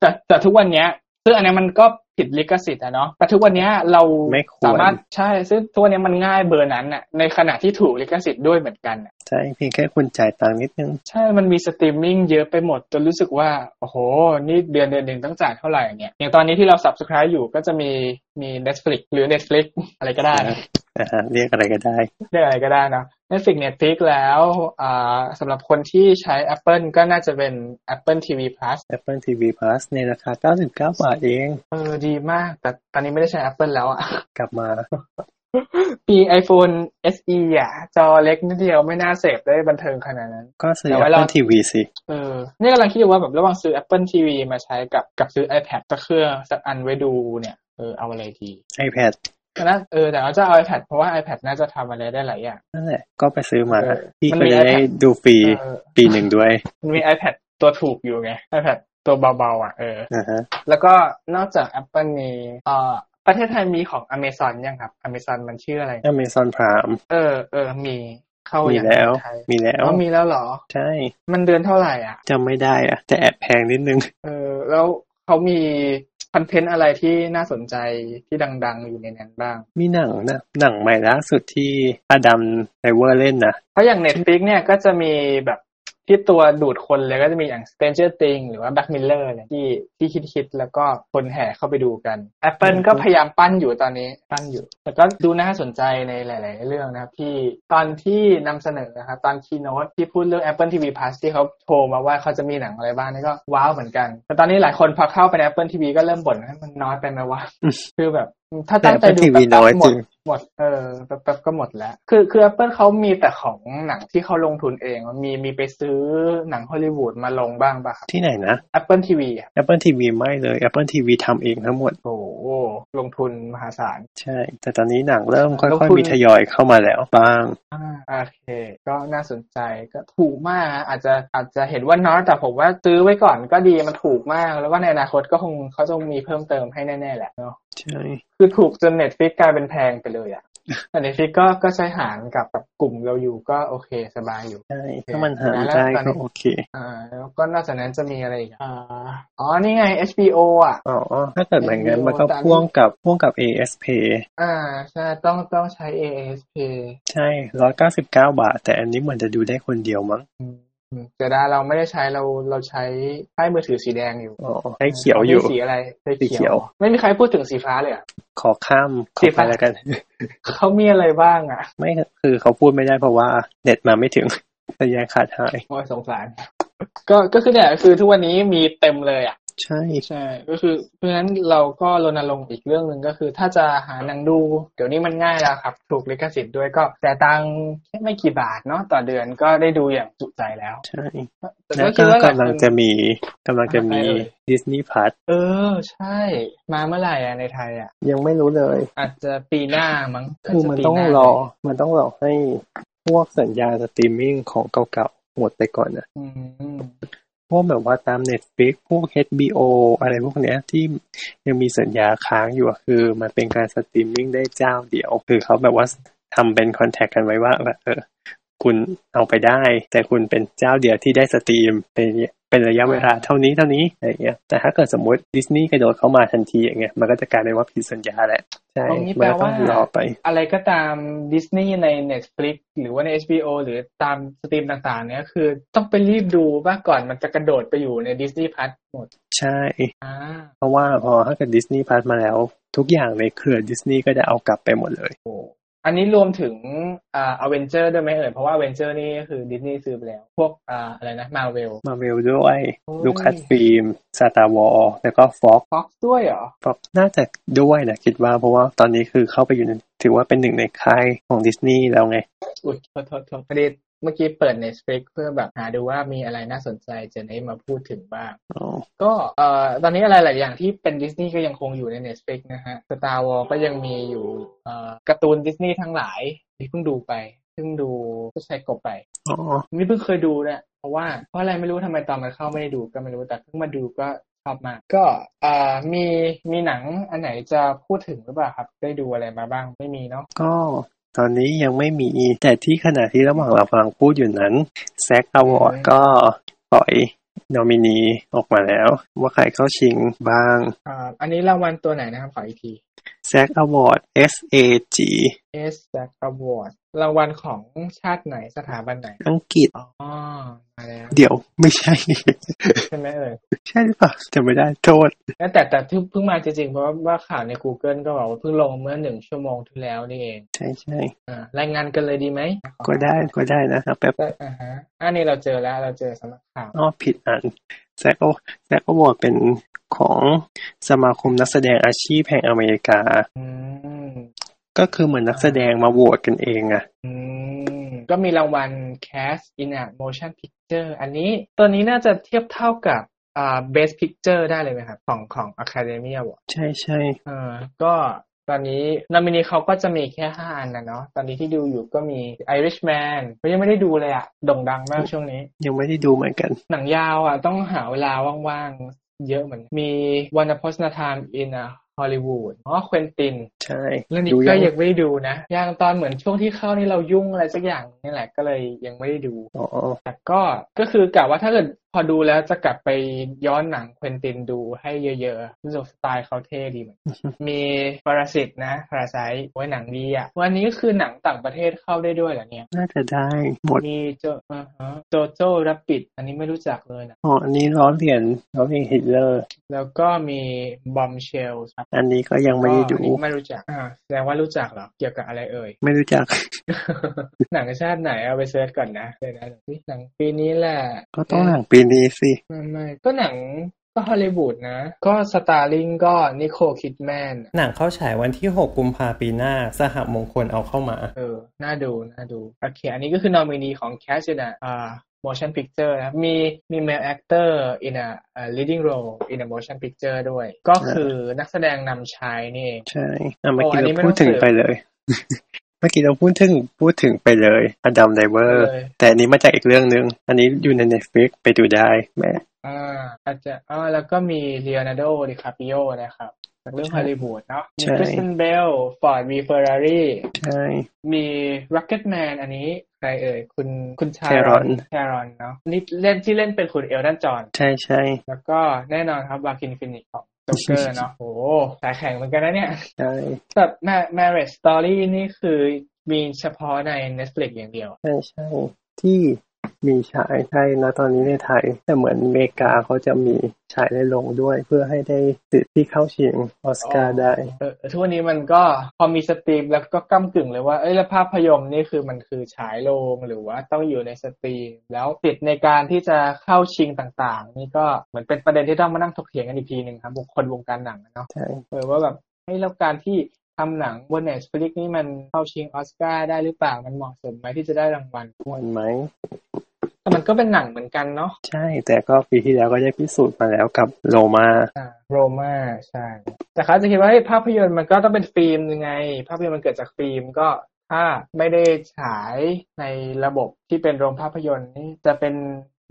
Speaker 1: แต่แต่ทุกวันเนี้ยซึ่งอันเนี้ยมันก็ผิดลิขสิทธิ์อะเนาะแต่ทุกวันเนี้ยเรา
Speaker 2: ไม่คว
Speaker 1: สาร มารถใช่ซึ่งทุกวันเนี้ยมันง่ายเบอร์นั้นน่ะในขณะที่ถูกลิขสิทธิ์ด้วยเหมือนกันน่ะ
Speaker 2: ใช่เพียงแค่คุณจ่ายตังค์นิดนึง
Speaker 1: ใช่ มันมีสตรีมมิ่งเยอะไปหมดจนรู้สึกว่า โอ้โห นี่เดือนเดือนหนึ่งต้องจ่ายเท่าไหร่เนี่ย อย่างตอนนี้ที่เรา subscribe อยู่ก็จะมีมี Netflix หรือ Netflix อะไรก็ได้
Speaker 2: อ่า อ่าฮะเรียกอะไรก็ได้
Speaker 1: เรียกอะไรก็ได้เนอะ Netflix Netflix แล้วอ่าสำหรับคนที่ใช้ Apple ก็น่าจะเป็น Apple TV Plus
Speaker 2: Apple TV Plus ในราคา 99 บาทเอง
Speaker 1: เออดีมาก แต่ตอนนี้ไม่ได้ใช้ Apple แล้วอะ
Speaker 2: กลับมา
Speaker 1: ปี iPhone SE อะจอเล็กนิดเดียวไม่น่าเสพได้บันเทิงขนาดนั้น
Speaker 2: ก็ซื้อ
Speaker 1: เดี๋ยวไว้
Speaker 2: Apple
Speaker 1: เรา
Speaker 2: TV สิ
Speaker 1: เออนี่กำลังคิดอยู่ว่าแบบระหว่างซื้อ Apple TV มาใช้กับกับซื้อ iPad สักเครื่องสักอันไว้ดูเนี่ยเออเอาอะไรดี
Speaker 2: iPad
Speaker 1: แต่นะเออแต่เราจะเอา iPad เพราะว่า iPad น่าจะทำอะไรได้หลายอย่าง
Speaker 2: นั่นแหละ ก็ไปซื้อมา
Speaker 1: เออ
Speaker 2: พี่
Speaker 1: มัน
Speaker 2: ก็
Speaker 1: มี
Speaker 2: จะได้
Speaker 1: iPad
Speaker 2: ดูฟรี
Speaker 1: เออ
Speaker 2: ปีหนึ่งด้วย
Speaker 1: มันมี iPad ตัวถูกอยู่ไง iPad ตัวเบาๆอ่ะเออ
Speaker 2: นะฮะ
Speaker 1: แล้วก็นอกจาก Apple มีเอ่อประเทศไทยมีของ Amazon ยังครับ Amazon มันชื่ออะไร
Speaker 2: Amazon Prime
Speaker 1: เออเออมีเข้า
Speaker 2: มี
Speaker 1: อย่าง
Speaker 2: แล้ว
Speaker 1: ไทย
Speaker 2: มีแล้ว
Speaker 1: อ๋อมีแล้วเหรอ
Speaker 2: ใช่
Speaker 1: มันเดือนเท่าไหร่อ่ะ
Speaker 2: จำไม่ได้อะแต่แอบแพงนิดนึง
Speaker 1: เออแล้วเขามีคอนเทนต์อะไรที่น่าสนใจที่ดัง ๆ อยู่ในนั้นบ้าง
Speaker 2: มีหนังนะ หนังใหม่ล่าสุดที่อดัมไดเวอร์เล่นนะ
Speaker 1: เพราะอย่าง Netflix เนี่ยก็จะมีแบบที่ตัวดูดคนเลยก็จะมีอย่าง Stranger Things หรือว่า Black Mirror เนี่ยที่ที่คิดๆแล้วก็คนแห่เข้าไปดูกัน Apple
Speaker 2: อืม
Speaker 1: ก็พยายามปั้นอยู่ตอนนี้ปั้นอยู่ แต่ก็ดูน่าสนใจในหลาย ๆ เรื่องนะครับ ที่ตอนที่นำเสนอนะครับตอน keynote ที่พูดเรื่อง Apple TV Plus ที่เขาโทรมาว่าเขาจะมีหนังอะไรบ้างนี่ก็ว้าวเหมือนกัน แต่ตอนนี้หลายคนพอเข้าไปใน Apple TV ก็เริ่มบ่นว่ามันน้อยไปไหมวะ คือแบบ ถ้าตั้งใจดู
Speaker 2: แต่ TV
Speaker 1: แป๊บๆ
Speaker 2: น้อย
Speaker 1: หม
Speaker 2: จริ
Speaker 1: ด
Speaker 2: ง
Speaker 1: หมดเออแป๊บๆก็หมดแล้ว คือคือ Apple เขามีแต่ของหนังที่เขาลงทุนเองมีมีไปซื้อหนังฮอลลีวูดมาลงบ้างป่ะครับ
Speaker 2: ที่ไหนนะ
Speaker 1: Apple TV อะ
Speaker 2: Apple TV ไม่เลย Apple TV ทำเองทั้งหมด
Speaker 1: โอ้โหลงทุนมหาศาล
Speaker 2: ใช่ แต่ตอนนี้หนังเริ่มค่
Speaker 1: ลง
Speaker 2: อย
Speaker 1: ทุน
Speaker 2: ๆมีทยอยเข้ามาแล้วบ้าง
Speaker 1: อ่าโอเค ก็น่าสนใจก็ถูกมากนะอาจจะอาจจะเห็นว่าน้อยแต่ผมว่าซื้อไว้ก่อนก็ดีมันถูกมาก แล้วว่าในอนาคตก็คงเขาจะมีเพิ่มเติมให้แน่ๆแหละเนาะ
Speaker 2: ใช่
Speaker 1: คือถูกจนเน็ตฟิกกลายเป็นแพงไปเลยอะ่ะแต่เน็ตฟิกก็ก็ใช้หารกับกับกลุ่มเราอยู่ก็โอเคสบายอยู่
Speaker 2: ใช่ถ้ามันหาได้ก็โอเค
Speaker 1: อ่า แล้วก็นอกจากนั้นจะมีอะไรอีกอ่าอ๋อนี่ไง HBO อ่ะ
Speaker 2: อ๋อ ถ้าเกิดแบบนั้น
Speaker 1: เออ
Speaker 2: มันก็
Speaker 1: ตาม
Speaker 2: พ่วงกับพ่วงกับ ASP
Speaker 1: อ่าใช่ต้องต้องใช้ ASP
Speaker 2: ใช่ร้อยเก้าสิบเก้าบาท แต่อันนี้เหมือนจะดูได้คนเดียวมั้ง
Speaker 1: อืมเจดาเราไม่ได้ใช้เราเราใช้ค่ายมือถือสีแดงอยู่
Speaker 2: อ๋อ ให้เขียวอยู่
Speaker 1: ไม่สีอะไร
Speaker 2: สีเขียว
Speaker 1: ไม่มีใครพูดถึงสีฟ้าเลยเหรอ่ะ
Speaker 2: ขอข้ามข
Speaker 1: สี
Speaker 2: อไป
Speaker 1: ฟ้า
Speaker 2: แล้วกัน
Speaker 1: เขามีอะไรบ้างอ่ะ
Speaker 2: ไม่คือเขาพูดไม่ได้เพราะว่าเน็ตมาไม่ถึง สัญญาณขาดหาย
Speaker 1: โอ้ยสงสาร ก็ก็คือเนี่ยคือทุกวันนี้มีเต็มเลยอ่ะ
Speaker 2: ใช่
Speaker 1: ใช่ ก็คือ เพราะฉะนั้นเราก็รณรงค์อีกเรื่องหนึ่งก็คือ ถ้าจะหาหนังดู เดี๋ยวนี้มันง่ายแล้วครับ ถูกลิขสิทธิ์ด้วยก็แต่ตังค์แค่ไม่กี่บาทเนาะต่อเดือนก็ได้ดูอย่างจุใจแล้ว
Speaker 2: ใช่
Speaker 1: แต่
Speaker 2: แล้ว
Speaker 1: คิ
Speaker 2: ก็
Speaker 1: ดาหาย
Speaker 2: กำลังจะมีกำลังจะมีดิสนีย์พ u ร
Speaker 1: เออ ใช่ มาเมื่อไหร่อ่ะในไทยอ่ะ
Speaker 2: ยังไม่รู้เลย
Speaker 1: อาจจะปีหน้ามั้ง
Speaker 2: คือมันต้อง
Speaker 1: าจจะปีหาร
Speaker 2: อ มันต้องรอให้พวกสัญญาสตรีมมิ่งของเก่าๆ หมดไปก่อนนะ
Speaker 1: อืม
Speaker 2: พวกแบบว่าตาม Netflix พวก HBO อะไรพวกเนี้ยที่ยังมีสัญญาค้างอยู่อะคือ มันเป็นการสตรีมมิ่งได้เจ้าเดียว คือเขาแบบว่าทำเป็นคอนแทคกันไว้ว่าแบบเออ คุณเอาไปได้ แต่คุณเป็นเจ้าเดียวที่ได้สตรีมเป็นเป็นระยะเวลาเท่านี้เท่านี้อะไรอย่างเงี้ย แต่ถ้าเกิดสมมติดิสนีย์กระโดดเข้ามาทันทีอย่างเงี้ย มันก็จะกลายเป็นว่าผิดสัญญาแหละ ใช่
Speaker 1: ตรงนี้
Speaker 2: มันก็ต้อง
Speaker 1: แปลว่า
Speaker 2: รอไป
Speaker 1: อะไรก็ตามดิสนีย์ใน Netflix หรือว่าใน HBO หรือตามสตรีมต่างๆ เนี่ยคือต้องไปรีบดูว่าก่อนมันจะกระโดดไปอยู่ใน Disney Plus หมด
Speaker 2: ใช่
Speaker 1: อ่า
Speaker 2: เพราะว่าพอถ้าเกิดดิสนีย์พาสมาแล้ว ทุกอย่างในเครือดิสนีย์ก็จะเอากลับไปหมดเลย
Speaker 1: โอ้อันนี้รวมถึงอ่าอเวนเจอร์ด้วยไหมเอ่ยเพราะว่าอเวนเจอร์นี่ก็คือดิสนีย์ซื้อไปแล้ว พวกอ่าอะไรนะมาเวล
Speaker 2: มาเวลด้วย
Speaker 1: โอ้ย
Speaker 2: ลูคัสฟิล์มสตาร์วอลแล้วก็ฟ็อก
Speaker 1: ฟ็อกด้วยเหรอ
Speaker 2: ฟ็อกน่าจะด้วยนะคิดว่าเพราะว่าตอนนี้คือเข้าไปอยู่ในถือว่าเป็นหนึ่งในค่ายของดิสนีย์แล้วไง
Speaker 1: อุ๊ยโทษโทษโทษพอดีเมื่อกี้เปิด Netflix เพื่อแบบหาดูว่ามีอะไรน่าสนใจจะได้มาพูดถึงบ้าง
Speaker 2: อ๋อ
Speaker 1: ก็เอ่อตอนนี้อะไรหลายอย่างที่เป็นดิสนีย์ก็ยังคงอยู่ใน Netflix นะฮะ Star Wars ก็ยังมีอยู่เอ่อการ์ตูนดิสนีย์ทั้งหลายที่เพิ่งดูไปเพิ่งดูก็ใช้กบไป
Speaker 2: อ๋อ
Speaker 1: นี่เพิ่งเคยดูนะเพราะว่าเพราะอะไรไม่รู้ทำไมตอนมันเข้าไม่ได้ดูก็ไม่รู้แต่เพิ่งมาดูก็ชอบมากก็เอ่อมีมีหนังอันไหนจะพูดถึงหรือเปล่าครับ ได้ดูอะไรมาบ้างไม่มีเนาะ
Speaker 2: ก็ตอนนี้ยังไม่มีแต่ที่ขณะที่ระหว่างเรากำลังพูดอยู่นั้นแซกอวอร์ดก็ปล่อยนอมินีออกมาแล้ว ว่าใครเข้าชิงบ้าง
Speaker 1: เอ่ออันนี้รางวัลตัวไหนนะครับขออีกที
Speaker 2: แซกอวอร์ด SAG
Speaker 1: S Jack Award รางวัลของชาติไหนสถาบันไหน
Speaker 2: อังกฤษ
Speaker 1: อ๋อมาแล้ว
Speaker 2: เดี๋ยวไม่ใช่
Speaker 1: ใช่ไหมเอ่ย
Speaker 2: ใช่หรือเปล่าจำไม่ได้โทษ
Speaker 1: แล้วแต่แต่ที่เพิ่งมาจริงๆ เพราะว่าข่าวใน Google ก็บอกว่าเพิ่งลงเมื่อหนึ่งชั่วโมงที่แล้วนี่เอง
Speaker 2: ใช่ใช่
Speaker 1: อ่ารายงานกันเลยดีไหม
Speaker 2: ก็ได้ก็ได้นะครับแป๊บ
Speaker 1: ได้อ่าฮะอันนี้เราเจอแล้วเราเจอสำนักข่าว
Speaker 2: อ้อผิดอันแซกโอแซกโอวอร์ดเป็นของสมาคมนักแสดงอาชีพแห่งอเมริกา
Speaker 1: อืม
Speaker 2: ก็คือเหมือนนักแสดงมาโหวตกันเองอะ
Speaker 1: อืมก็มีรางวัล Cast in a Motion Picture อันนี้ตัวนี้น่าจะเทียบเท่ากับอ่า Best Picture ได้เลยไหมครับ ของของ Academy Award
Speaker 2: ใช่ใช่
Speaker 1: เออก็ตอนนี้นอมินีเขาก็จะมีแค่ห้าอันนะเนาะตอนนี้ที่ดูอยู่ก็มี Irishman ก็ยังไม่ได้ดูเลยอะโด่งดังมากช่วงนี้
Speaker 2: ยังไม่ได้ดูเหมือนกัน
Speaker 1: หนังยาวอ่ะต้องหาเวลาว่างๆ เยอะเหมือน มี One Upon a Time in a Hollywood อ๋อเควินติน
Speaker 2: ใช่
Speaker 1: เรื่องนี้
Speaker 2: ดู
Speaker 1: ก็
Speaker 2: ง
Speaker 1: ยังไม่ได้ดูนะยังตอนเหมือนช่วงที่เข้านี่เรายุ่งอะไรสักอย่างนี่แหละก็เลยยังไม่ได้ดู
Speaker 2: อ๋อ
Speaker 1: แต่ก็ก็คือกะว่าถ้าเกิดพอดูแล้วจะกลับไปย้อนหนังเควินตินดูให้เยอะๆรู้สึกสไตล์เขาเท่ดีเหมือนกันมีปรสิตนะปรสายไว้ยหนังดีอ่ะวันนี้ก็คือหนังต่างประเทศเข้าได้ด้วยเหรอเนี่ย
Speaker 2: น่าจะได้หมด
Speaker 1: มีโจอ่าฮะโจโจรับปิด อันนี้ไม่รู้จักเลยนะ
Speaker 2: อ๋ออันนี้ล้อเลียนล้อเลียนฮิตเลอร์
Speaker 1: แล้วก็มีบอมเชลครับ
Speaker 2: อันนี้ก็ยังไม่ได้ดู
Speaker 1: ก็อันนี้ไม่รู้จักอ่าแสดงว่ารู้จักเหรอ เกี่ยวกับอะไร เอ่ย
Speaker 2: ไม่รู้จัก
Speaker 1: หนังชาติไหนเอาไปเซิร์ชก่อนนะเดี๋ยวนะนี่หนังปีนี้แหละ
Speaker 2: ก็ต้องหลังปีนี้สิ
Speaker 1: ไม่ไม่ก็หนัง ก็ฮอลลีวูดนะ ก็สตาร์ลิงก็นิโคลคิดแมน
Speaker 2: หนังเข้าฉายวันที่ 6 กุมภาพันธ์ปีหน้า สหมงคลเอาเข้ามา
Speaker 1: เออ น่าดู น่าดู โอเค อันนี้ก็คือนอมินีของแคสเนะอ่า motion picture นะครับมีมี male actor in a, a leading role in a motion picture ด้วย ก็คือนักแสดงนำชายนี่เอง
Speaker 2: ใช่อ่ะเมื่อกี้
Speaker 1: โอ้อันนี้
Speaker 2: เรา
Speaker 1: ไม่
Speaker 2: พูดถึง
Speaker 1: ต้องสืบ
Speaker 2: ไป เลย เมื่อกี้เราพูดถึงพูดถึงไปเลยอดัมไดเวอร์
Speaker 1: ไปเลย
Speaker 2: แต่อันนี้มาจากอีกเรื่องหนึง อันนี้อยู่ใน Netflix ไปดูได้แหม่
Speaker 1: อ่าอาจจะอ่าแล้วก็มีเล o n นา d o โดดิคาปิโอนะครับ จากเรื่อง
Speaker 2: ใช่
Speaker 1: ฮอลลีวูดเนาะมี
Speaker 2: ใช่
Speaker 1: คริสตันเบลฟอร์ดวีเฟอร์รารี
Speaker 2: ใช่
Speaker 1: มี Rocket Man อันนี้ใครเอ่ย คุณคุณชา
Speaker 2: Sharon
Speaker 1: แครอนเนาะนี่เล่นที่เล่นเป็นคุณเอลดันจอน
Speaker 2: ใช่ใช่
Speaker 1: แล้วก็แน่นอนครับวากินฟินิกของโจ๊กเกอร์ เนาะโอ้โหสายแข่งเหมือนกันนะเนี่ย
Speaker 2: ใช่
Speaker 1: แต่ Ma- Marriage Story นี่คือมีเฉพาะใน Netflix อย่างเดียว
Speaker 2: ใช่ใช่ที่มีฉายใช่นะตอนนี้ในไทย แต่เหมือนอเมริกาเขาจะมีฉายในโรงด้วย เพื่อให้ได้สิทธิ์ที่เข้าชิงออสการ์ได้
Speaker 1: เออทุกวันนี้มันก็พอมีสตรีมแล้วก็ก้ำกึ่งเลยว่า เอ้ยแล้วภาพยนตร์นี่คือมันคือฉายโรงหรือว่าต้องอยู่ในสตรีม แล้วติดในการที่จะเข้าชิงต่างๆ นี่ก็เหมือนเป็นประเด็นที่ต้องมานั่งถกเถียงกันอีกทีหนึ่งครับบุคคลวงการหนังอะเนาะ
Speaker 2: ใช่
Speaker 1: เออว่าแบบเฮ้ยแล้วการที่ทำหนังบนเน็ตฟลิกนี่มันเข้าชิงออสการ์ได้หรือเปล่ามันเหมาะสมไหมที่จะได้รางวัล
Speaker 2: ควรไหม
Speaker 1: แต่มันก็เป็นหนังเหมือนกันเนาะ
Speaker 2: ใช่ แต่ก็ปีที่แล้วก็ได้พิสูจน์มาแล้วกับโลมา
Speaker 1: อ่าโรมาใช่แต่เขาจะคิดว่าเฮ้ยภาพยนตร์มันก็ต้องเป็นฟิล์มยังไง ภาพยนตร์มันเกิดจากฟิล์มก็ถ้าไม่ได้ฉายในระบบที่เป็นโรงภาพยนตร์นี่จะเป็น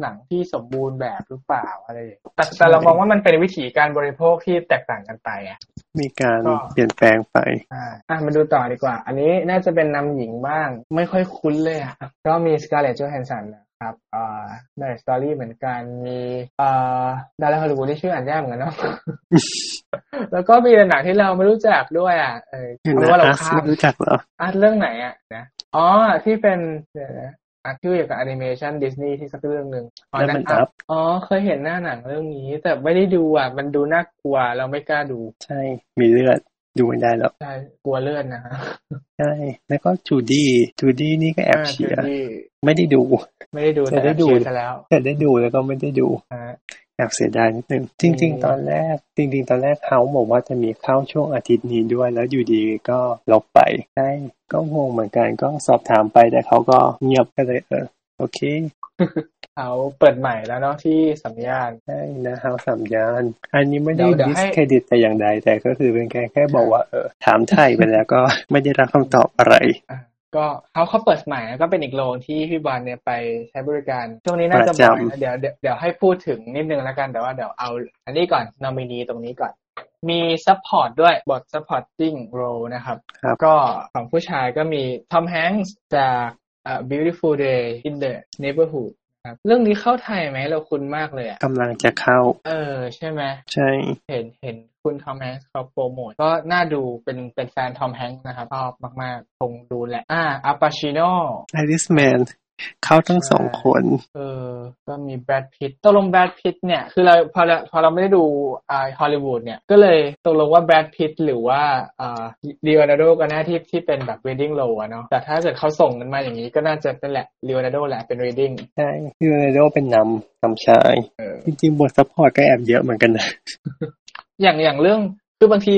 Speaker 1: หนังที่สมบูรณ์แบบหรือเปล่าอะไรอย่างเงี้ยแต่แต่เรามองว่ามันเป็นวิถีการบริโภคที่แตกต่างกันไปอะ
Speaker 2: มีการ
Speaker 1: ก็
Speaker 2: เปลี่ยนแปลงไป
Speaker 1: อ่าอ่ะมาดูต่อดีกว่า อันนี้น่าจะเป็นนำหญิงบ้าง ไม่ค่อยคุ้นเลยอ่ะ ก็มี Scarlett Johansson นะครับอ่า Marriage Story เหมือนกันมีอ่าดาราฮอลลีวูดที่ชื่ออ่านยากเหมือนกันเนาะ แล้วก็มีหนังที่เราไม่รู้จักด้วยอ่ะ เออ
Speaker 2: เห็น
Speaker 1: เอา
Speaker 2: ไหม
Speaker 1: เป็นว่าเรา
Speaker 2: อาร์ต
Speaker 1: ข้า
Speaker 2: ไม่
Speaker 1: ม
Speaker 2: รู้จักเหรอ
Speaker 1: อาร์ตเรื่องไหนอ่ะนะอ๋อที่เป็นเดี๋ยวนะอาร์ตที่เกี่ยวกับแอนิเมชันดิสนีย์ที่สักเรื่องหนึ่งอ๋อ
Speaker 2: แล้ว
Speaker 1: นั่
Speaker 2: มัน น
Speaker 1: อั
Speaker 2: อั
Speaker 1: พ
Speaker 2: พ
Speaker 1: อ๋อเคยเห็นหน้าหนังเรื่องนี้ แต่ไม่ได้ดูอ่ะ มันดูน่ากลัวเราไม่กล้าดู
Speaker 2: ใช่ มีเลือดดูไม่ได้หรอก
Speaker 1: ใช่กลัวเลือดนะฮะ
Speaker 2: ใช่ แล้วก็จูดี้จูดี้นี่ก็แอบเชียร์
Speaker 1: าที่
Speaker 2: ไม่ได้ดู
Speaker 1: ไม่ได้ดูแต่
Speaker 2: แต่ได้
Speaker 1: ได้
Speaker 2: ดู
Speaker 1: ดูซะแล้ว
Speaker 2: แต่ได้ดูแล้วก็ไม่ได้ดู
Speaker 1: ฮะ
Speaker 2: แอบเสียดายนิดนึง จริง
Speaker 1: อืม
Speaker 2: ๆ ตอนแรก จริง ๆ ตอนแรกเขาบอกว่าจะมีเข้าช่วงอาทิตย์นี้ด้วย แล้วอยู่ดีก็ลบไปใช่ก็งงเหมือนกันก็สอบถามไปแต่เขาก็เงียบก็เลยเออโอเค
Speaker 1: เขาเปิดใหม่แล้วเนาะที่สัมยาน
Speaker 2: ได้นะฮาวสามยาน อันนี้ไม่ได้
Speaker 1: เดี๋ยวเดี๋ยว
Speaker 2: ดิส
Speaker 1: ให้
Speaker 2: เครดิตแต่อย่างใด แต่ก็คือเป็นแค่แค่บอกว่าเออถามไทยไปแล้วก็ไม่ได้รับคำตอบอะไร
Speaker 1: อ่ะก็เขาเขาเปิดใหม่แล้วก็เป็นอีกโรงที่พี่บอลเนี่ยไปใช้บริการ ช่วงนี้น่าจะ
Speaker 2: ประจำ
Speaker 1: บ่อยนะเดี๋ยวเดี๋ยวเดี๋ยวให้พูดถึงนิดนึงแล้วกันแต่ว่าเดี๋ยวเอา อันนี้ก่อนนอมินีตรงนี้ก่อน มีซัพพอร์ตด้วยบทซัพพอร์ตติ้งโรนะครับ
Speaker 2: ครับ
Speaker 1: ก็ของผู้ชายก็มีทอมแฮง k ์จากเอ่อ Beautiful Day in the Neighborhood ครับเรื่องนี้เข้าไทยไหมเราคุ้นมากเลยอะ
Speaker 2: กำลังจะเข้า
Speaker 1: เออใช่ไหม
Speaker 2: ใช่
Speaker 1: เห็นเห็นคุณทอมแฮงค์เขาโปรโมทก็น่าดูเป็นเป็นแฟนทอมแฮงค์นะครับชอบมาก ๆ คงดูแหละ อ่าอาปาชิโน
Speaker 2: ไอริสแมนเข้าทั้ง
Speaker 1: ใช่
Speaker 2: สองคน
Speaker 1: เออก็มีแบทพิตตกลงแบทพิตเนี่ย คือเราพอเราพอเราไม่ได้ดูอ่าฮอลลีวูดเนี่ย ก็เลยตกลงว่าแบทพิตหรือว่าอ่าเลโอนาร์โดกันแน่ที่ที่เป็นแบบเรดดิ้งโลอะเนาะแต่ถ้าเกิดเขาส่งกันมาอย่างนี้ก็น่าจะนั่นแหละเลโอนาร์โดแหละเป็นเรดดิ้ง
Speaker 2: ใช่คือเรโดเป็นนำนำชาย
Speaker 1: เออ
Speaker 2: จริงๆ บทซัพพอร์ตก็แอบเยอะเหมือนกันนะ
Speaker 1: อย่างอย่างเรื่องคือบางที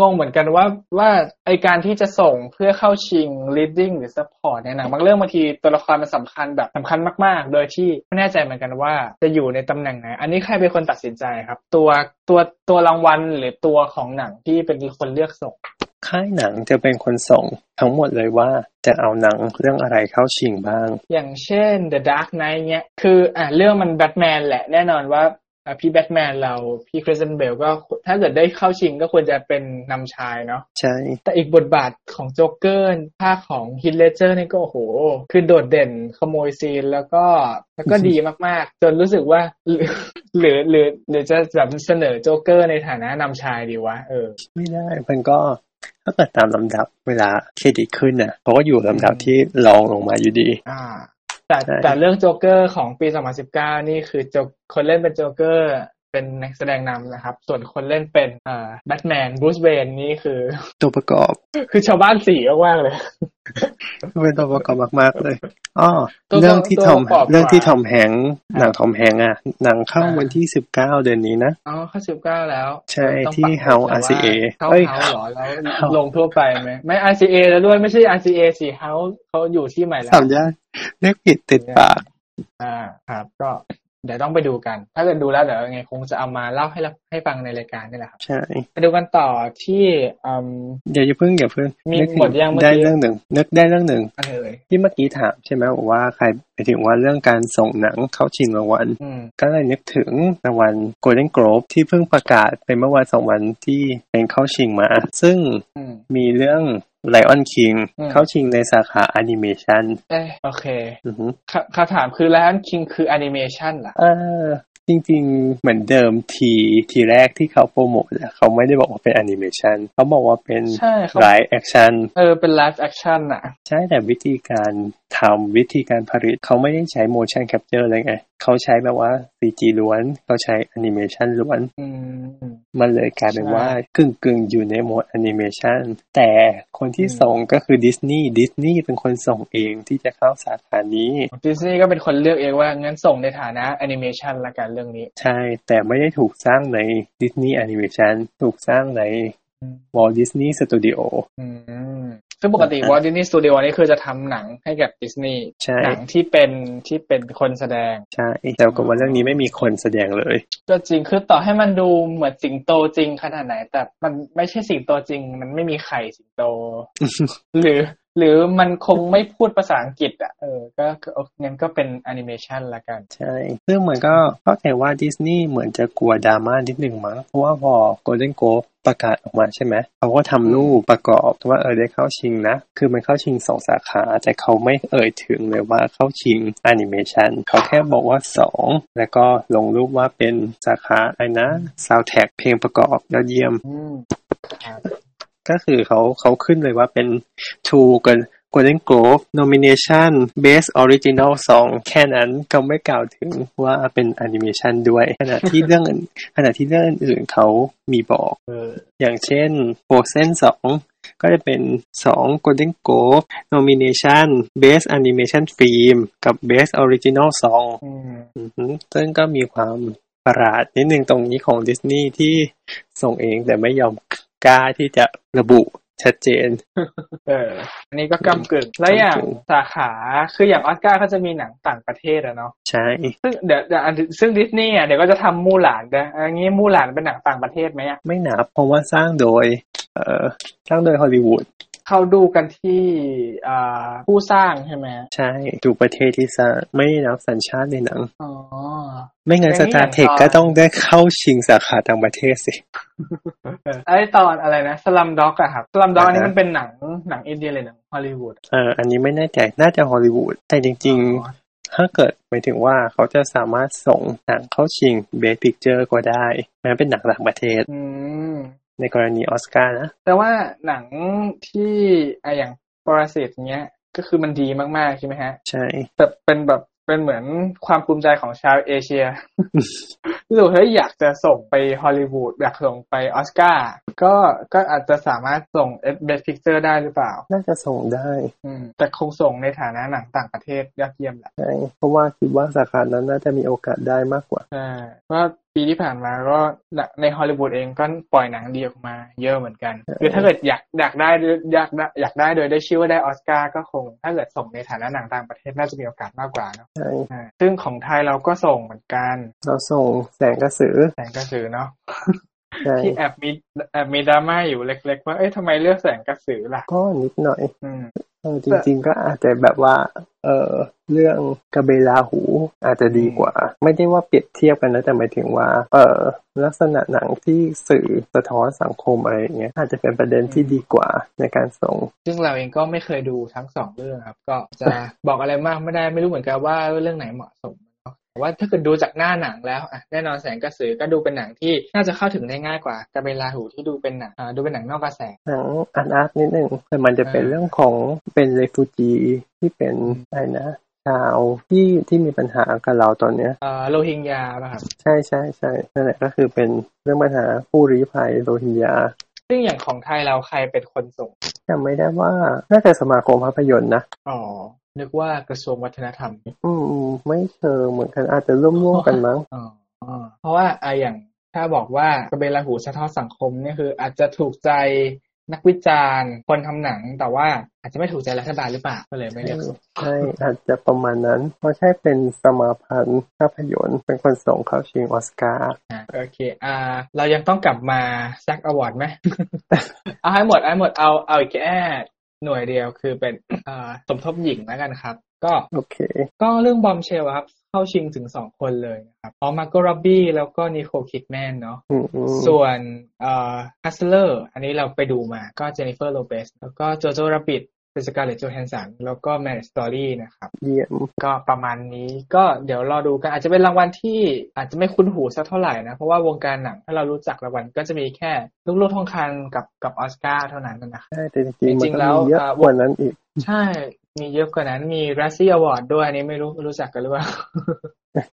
Speaker 1: งงเหมือนกันว่าว่าไอการที่จะส่งเพื่อเข้าชิง leading หรือ support เนี่ยหนังบางเรื่องบางทีตัวละครมันสำคัญแบบสำคัญมาก ๆ โดยที่ไม่แน่ใจเหมือนกันว่าจะอยู่ในตำแหน่งไหน อันนี้ใครเป็นคนตัดสินใจครับ ตัวตัวตัวรางวัลหรือตัวของหนังที่เป็นคนเลือกส่ง
Speaker 2: ค่ายหนังจะเป็นคนส่งทั้งหมดเลยว่าจะเอาหนังเรื่องอะไรเข้าชิงบ้าง
Speaker 1: อย่างเช่น The Dark Knight เนี่ยคืออ่ะเรื่องมันแบทแมนแหละแน่นอนว่าอ่ะพี่แบทแมนเราพี่คริสตันเบลก็ถ้าเกิดได้เข้าชิงก็ควรจะเป็นนำชายเนาะ
Speaker 2: ใช่
Speaker 1: แต่อีกบทบาทของโจ๊กเกอร์ภาคของฮิตเลเจอร์นี่ก็โอ้โห คือโดดเด่นขโมยซีนแล้วก็แล้วก็ดีมากๆ จนรู้สึกว่า หรือหรือหรือจะแบบเสนอโจ๊กเกอร์ในฐานะนำชายดีวะเออ
Speaker 2: ไม่ได้มันก็ถ้าเกิดตามลำดับเวลาเครดิตขึ้นน่ะเขาก็อยู่ลำดับที่รองลงมาอยู่ดี
Speaker 1: อ่า แต่
Speaker 2: ใช่
Speaker 1: แต่เรื่องโจ๊กเกอร์ของปี 2019 นี่คือโจกคนเล่นเป็นโจ๊กเกอร์ เป็นนักแสดงนำนะครับ ส่วนคนเล่นเป็นอ่าแบทแมนบรูซเวนนี่คือ
Speaker 2: ตัวประกอบ
Speaker 1: คือชาวบ้านสีมากๆเลย
Speaker 2: เป็นตัวประกอบมากๆเลยอ๋อ
Speaker 1: ตัว
Speaker 2: เรื่องที่
Speaker 1: ตัว
Speaker 2: ทอม
Speaker 1: ประกอบ
Speaker 2: เรื่องที่
Speaker 1: กว่า
Speaker 2: ทอมแฮงค์หนังทอมแฮงค์อ่ะหนังเข้า
Speaker 1: อ่า
Speaker 2: วันที่สิบเก้าเดือนนี้นะ
Speaker 1: อ๋อเข้าสิบเก้าแล้ว
Speaker 2: ใช่
Speaker 1: ต้อง
Speaker 2: ที่
Speaker 1: ปักหมุด
Speaker 2: House
Speaker 1: แต่ว่
Speaker 2: RCA
Speaker 1: เข้า
Speaker 2: เอ้ย
Speaker 1: เฮาหรอแล้ว
Speaker 2: House
Speaker 1: ลงทั่วไปไหมไม่ RCA แล้วด้วยไม่ใช่ RCA สี่เฮาเขาอยู่ที่ใหม่แล้ว
Speaker 2: สามย่านเรียกผิดติดปาก
Speaker 1: อ่าครับก็เดี๋ยวต้องไปดูกัน ถ้าเกิดดูแล้วเดี๋ยวยังไงคงจะเอามาเล่าให้เราให้ฟังในรายการนี่แหละครับ
Speaker 2: ใช่
Speaker 1: ไปดูกันต่อที่อืม
Speaker 2: อย่าอย่าเพิ่งอย่าเพิ่ง
Speaker 1: มี
Speaker 2: นึกถึ
Speaker 1: หมดยังเมื่อกี้
Speaker 2: ได้เรื่องหนึ่งนึกได้เรื่องหนึ่ง
Speaker 1: อะไรเอ่ย
Speaker 2: ที่เมื่อกี้ถามใช่ไหมบอกว่าใครไปถึงว่าเรื่องการส่งหนังเข้าชิงรางวัล
Speaker 1: อืม
Speaker 2: ก็เลยนึกถึงรางวัล Golden Globe ที่เพิ่งประกาศไปเมื่อวันสองวันที่เป็นเข้าชิงมา ซึ่ง
Speaker 1: อืม
Speaker 2: มีเรื่อง Lion King
Speaker 1: อืม
Speaker 2: เข้าชิงในสาขาแอนิเมชัน
Speaker 1: เอยโอเคคำคำถามคือ Lion King คือแอนิเมชันเหรอ
Speaker 2: เออจริงๆ เหมือนเดิมทีทีแรกที่เขาโปรโมทอะเขาไม่ได้บอกว่าเป็นแอนิเมชันเขาบอกว่าเป็น
Speaker 1: ใช่เขา
Speaker 2: ไลฟ์แอคชั่น
Speaker 1: เออเป็น live action น่ะ
Speaker 2: ใช่แต่วิธีการทำวิธีการผลิตเขาไม่ได้ใช้ motion capture เลยไง เขาใช้แบบว่า CG ล้วน เขาใช้ animation ล้วน
Speaker 1: อืม
Speaker 2: มันเลยกลายเป็น
Speaker 1: ใช่
Speaker 2: ว่ากึ่งกึ่งๆอยู่ในโหมด animation แต่คนที่ส่งก็คือดิสนีย์ดิสนีย์เป็นคนส่งเองที่จะเข้าสาขานี้
Speaker 1: ดิสนีย์ก็เป็นคนเลือกเองว่างั้นส่งในฐานะแอนิเมชันละกันเรื่องนี้
Speaker 2: ใช่ แต่ไม่ได้ถูกสร้างในดิสนีย์ animation ถูกสร้างใน
Speaker 1: อืม
Speaker 2: Walt Disney Studio
Speaker 1: อืมซึ่งปกติวอลดิสนีย์สตูดิโอนี่คือจะทำหนังให้กับดิสนีย์
Speaker 2: ใช่
Speaker 1: หนังที่เป็นที่เป็นคนแสดง
Speaker 2: ใช่แต่ปรากฏว่าเรื่องนี้ไม่มีคนแสดงเลย
Speaker 1: ก็จริงคือต่อให้มันดูเหมือนสิงโตจริงขนาดไหน แต่มันไม่ใช่สิงโตจริง มันไม่มีไข่สิง โต หรือ หรือมันคงไม่พูดภาษาอังกฤษอ่ะเออก็ก็โอเคงั้นก็เป็นแอนิเมชันละกัน
Speaker 2: ใช่ ซึ่งมันก็เข้าใจว่าดิสนีย์เหมือนจะกลัวดราม่านิดหนึ่งมั้ง เพราะว่าพอ Golden Globe ประกาศออกมาใช่ไหม เขาก็ทำรูปประกอบว่าเออได้เข้าชิงนะ คือมันเข้าชิงสองสาขา แต่เขาไม่เอ่ยถึงเลยว่าเข้าชิงแอนิเมชัน เขาแค่บอกว่าสอง แล้วก็ลงรูปว่าเป็นสาขาไอ้นะ soundtrack เพลงประกอบยอดเยี่ยม
Speaker 1: อืมครับ
Speaker 2: ก็คือเขาเขาขึ้นเลยว่าเป็น two กับ Golden Globe nomination best original song แค่นั้นเขาไม่กล่าวถึงว่าเป็น animation ด้วย ขณะที่เรื่องอื่น ขณะที่เรื่องอื่นๆเขามีบอก
Speaker 1: เออ
Speaker 2: อย่างเช่น Frozen 2 ก็จะเป็น 2 Golden Globe nomination best animation film กับ best original song
Speaker 1: อืม
Speaker 2: อือฮึซึ่งก็มีความประหลาดนิดนึงตรงนี้ของดิสนีย์ที่ส่งเองแต่ไม่ยอมกล้าที่จะระบุชัดเจน
Speaker 1: เออ อันนี้ก็กำกึ่งแล้วอย่าง
Speaker 2: กำกึ่ง
Speaker 1: สาขา คืออย่างออสการ์เขาจะมีหนังต่างประเทศอะเนาะ
Speaker 2: ใช่
Speaker 1: ซึ่งเดี๋ยวเดี๋ยวอันซึ่งดิสนีย์อะเดี๋ยวก็จะทำมู่หลานนะอันนี้มู่หลานเป็นหนังต่างประเทศไหมอะ
Speaker 2: ไม่นับเพราะว่าสร้างโดย เอ่อสร้างโดยฮอลลีวูด
Speaker 1: เขาดูกันที่อ่าผู้สร้างใช่ไหม
Speaker 2: ใช่ดูประเทศที่สร้างไม่นับสัญชาติในหนัง
Speaker 1: อ๋อ
Speaker 2: ไม่งั้น
Speaker 1: แต่
Speaker 2: ส
Speaker 1: นี่
Speaker 2: ตาร์เทค
Speaker 1: อย่างตอน
Speaker 2: ก็ต้องได้เข้าชิงสาขาต่างประเทศสิ
Speaker 1: ไอตอนอะไรนะสลัมด็อกอะครับสลัมด็อกอั
Speaker 2: อ่าฮะ
Speaker 1: นนี้มันเป็นหนังหนังอินเดียเลยหนังฮอลลีวูด
Speaker 2: เอออันนี้ไม่แน่ใจน่าจะฮอลลีวูดแต่จริง
Speaker 1: อ๋อ
Speaker 2: ๆ ถ้าเกิดหมายถึงว่าเขาจะสามารถส่งหนังเข้าชิงเบสพิกเจอร์ก็ได้แม้เป็นหนังต่างประเทศ
Speaker 1: อืม
Speaker 2: ในกรณีออสการ์นะ
Speaker 1: แต่ว่าหนังที่อ่ะอย่างปรสิตเนี้ยก็คือมันดีมากๆใช่ไหมฮะ
Speaker 2: ใช่
Speaker 1: แต่เป็นแบบเป็นเหมือนความภูมิใจของชาวเอเชีย รู้สึกว่าเฮ้ยอยากจะส่งไปฮอลลีวูดอยากส่งไปออสการ์ก็ก็อาจจะสามารถส่งเบสพิกเจอร์ได้หรือเปล่า
Speaker 2: น่าจะส่งได้
Speaker 1: อืม แต่คงส่งในฐานะหนังต่างประเทศยอดเยี่ยมแหละ
Speaker 2: ใช่เพราะว่าคิดว่าสาขานั้นน่าจะมีโอกาสได้มากกว่า
Speaker 1: ใช่เพราะว่าปีที่ผ่านมาก็หนังในฮอลลีวูดเองก็ปล่อยหนังดีออกมาเยอะเหมือนกันคือถ้าเกิดอยากอยากได้อยากได้อยากได้โดยได้ชื่อว่าได้ออสการ์ก็คง ถ้าเกิดส่งในฐานะหนังต่างประเทศน่าจะมีโอกาสมากกว่าเนอะ
Speaker 2: ใช่
Speaker 1: อ่าซึ่งของไทยเราก็ส่งเหมือนกัน
Speaker 2: เราส่งแสงกระสือ
Speaker 1: แสงกระสือเนาะ
Speaker 2: ใช่
Speaker 1: ที่แอบมีแอบมีดราม่าอยู่เล็ก ๆ ว่าเอ๊ะทำไมเลือกแสงกระสือล่ะ
Speaker 2: ก็นิดหน่อย
Speaker 1: อืม
Speaker 2: เออจริงๆก็อาจจะแบบว่า เออเรื่องกระเบลาหูอาจจะดีกว่า ไม่ได้ว่าเปรียบเทียบกันนะแต่หมายถึงว่า เออลักษณะหนังที่สื่อสะท้อนสังคมอะไรอย่างเงี้ยอาจจะเป็นประเด็นที่ดีกว่าในการส่ง
Speaker 1: ซึ่งเราเองก็ไม่เคยดูทั้งสองเรื่องครับ ก็จะบอกอะไรมากไม่ได้ไม่รู้เหมือนกันว่าเรื่องไหนเหมาะสมเนอะแต่ว่าถ้าเกิดดูจากหน้าหนังแล้วอ่ะแน่นอนแสงกระสือก็ดูเป็นหนังที่น่าจะเข้าถึงได้ง่ายกว่ากระเบนลาหูที่ดูเป็นหนังอ่าดูเป็นหนังนอกกระแส
Speaker 2: หนังอาร์ตอาร์ตนิดหนึ่งแต่มันจะเป็น
Speaker 1: อ่า
Speaker 2: เรื่องของเป็นเรฟูจีที่เป็น
Speaker 1: อืม
Speaker 2: อะไรนะ ชาวที่ที่มีปัญหากับเราตอนเนี้ย
Speaker 1: เอ่อโรฮิงญาป่ะครับ
Speaker 2: ใช่ใช่ใช่นั่นแหละก็คือเป็นเรื่องปัญหาผู้ลี้ภัยโรฮิงญา
Speaker 1: ซึ่งอย่างของไทยเราใครเป็นคนส่ง
Speaker 2: จำไม่ได้ว่า น่าจะสมาคมภาพยนตร์นะ
Speaker 1: อ๋อนึกว่ากระทรวงวัฒนธรรม
Speaker 2: อืมอืมไม่เชิงเหมือนกันอาจจะร่วมร่วมๆกันมั้ง
Speaker 1: อ๋ออ๋อเพราะว่าอะอย่างถ้าบอกว่ากระเบนละหูสะท้อนสังคมเนี่ยคือ อาจจะถูกใจนักวิจารณ์ คนทำหนังแต่ว่าอาจจะไม่ถูกใจรัฐบาลหรือเปล่าก็เลยไม่เรียกส่ง
Speaker 2: ใช่อาจจะประมาณนั้น เพราะใช่เป็นสมาพันธ์ภาพยนตร์เป็นคนส่งเข้าชิงออสการ์
Speaker 1: อ่ะโอเค อ่า เรายังต้องกลับมาซักอวอร์ด ไหม เอาให้หมดเอาให้หมดเอาเอาอีกแค่หน่วยเดียวคือเป็นเอ่อสมทบหญิงแล้วกันครับ ก็
Speaker 2: โอเค
Speaker 1: ก็เรื่องบอมเชลครับ เข้าชิงถึงสองคนเลยนะครับอ๋อมาร์โกร็บบี้แล้วก็นิโคลคิดแมนเนาะ
Speaker 2: อืมอืม
Speaker 1: ส่วนเอ่อฮัสเลอร์อันนี้เราไปดูมาก็เจนิเฟอร์โลเปสแล้วก็โจโจรับบิทเป็นสกาเลตโจแฮนสันแล้วก็แมรี่สตอรี่นะครับ
Speaker 2: เยี่ยม
Speaker 1: ก็ประมาณนี้ก็เดี๋ยวรอดูกันอาจจะเป็นรางวัลที่อาจจะไม่คุ้นหูสักเท่าไหร่นะ เพราะว่าวงการหนังถ้าเรารู้จักรางวัลก็จะมีแค่ลูกโลกทองคำกับกับออสการ์เท่านั้นนะครับ
Speaker 2: ใช่แต่จริงๆ
Speaker 1: จ
Speaker 2: มั
Speaker 1: ริ
Speaker 2: น
Speaker 1: งๆ
Speaker 2: ก็
Speaker 1: แล้ว
Speaker 2: มีเยอะ
Speaker 1: อ่ะ
Speaker 2: กว่านั้นอีก
Speaker 1: ใช่ มีเยอะกว่านั้นมีรัสเซียอวอร์ดด้วยอันนี้ไม่รู้รู้จักกันหรือเปล่า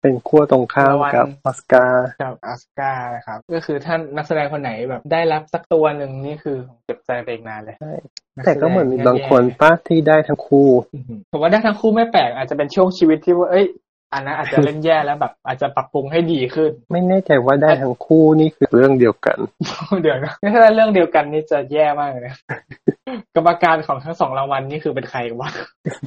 Speaker 2: เป็นขั้วตรงข้ามกับออสการ์
Speaker 1: กับออสการ์นะครับ ก็คือท่านนักแสดงคนไหนแบบได้รับสักตัวหนึ่งนี่คือเจ็บใจไปอีกนานเลย
Speaker 2: ใช่
Speaker 1: นัส
Speaker 2: แต่
Speaker 1: ด
Speaker 2: ก็เหมือนมีบางคน
Speaker 1: แย่
Speaker 2: ป้าที่ได้ทั้งคู่
Speaker 1: ๆอื้อหือผมว่าได้ทั้งคู่ไม่แปลกอาจจะเป็นช่วงชีวิตที่ว่าเอ้ยอันนั้นอาจจะเล่นแย่แล้วแบบ อาจจะปรับปรุงให้ดีขึ้น
Speaker 2: ไม่แน่ใจว่าได้ทั้งคู่นี่คือเรื่องเดียวกัน
Speaker 1: เดี๋ยวนะถ้าได้เรื่องเดียวกันนี่จะแย่มากเลยนะ กรรมการของทั้งสองรางวัลนี่คือเป็นใครวะ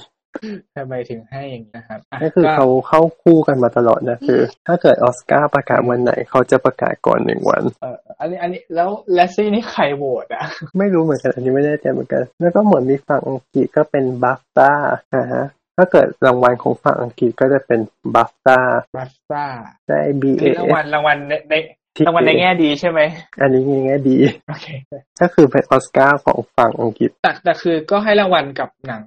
Speaker 1: ทำไมถึงให้อย่างนี้นะครับะ
Speaker 2: ก็คือเขาเข้าคู่กันมาตลอดนะคือ ถ้าเกิดออสการ์ประกาศวันไหน เขาจะประกาศก่อนหนึ่งวัน
Speaker 1: เอ่ออันนี้อันนี้แล้วแลสซี่นี่ใครโหวตอ่ะ
Speaker 2: ไม่รู้เหมือนกันอันนี้ไม่แน่ใจเหมือนกัน แล้วก็เหมือนมีฝั่งอังกฤษก็เป็นบัฟตาอ่าฮะถ้าเกิดรางวัลของฝั่งอังกฤษก็จะเป็นบัฟตา
Speaker 1: บัส ซ่า
Speaker 2: ได้ B A
Speaker 1: นี่ราง
Speaker 2: F
Speaker 1: วัลรางวัลในใน
Speaker 2: T A
Speaker 1: รางวัลในแง่ดีใช่ไหม
Speaker 2: อันนี้ง่ายๆดี
Speaker 1: โอเค
Speaker 2: ก็คือเป็นออสการ์ของฝั่งอังกฤษ
Speaker 1: แต่แต่คือก็ให้รางวัลกับหนัง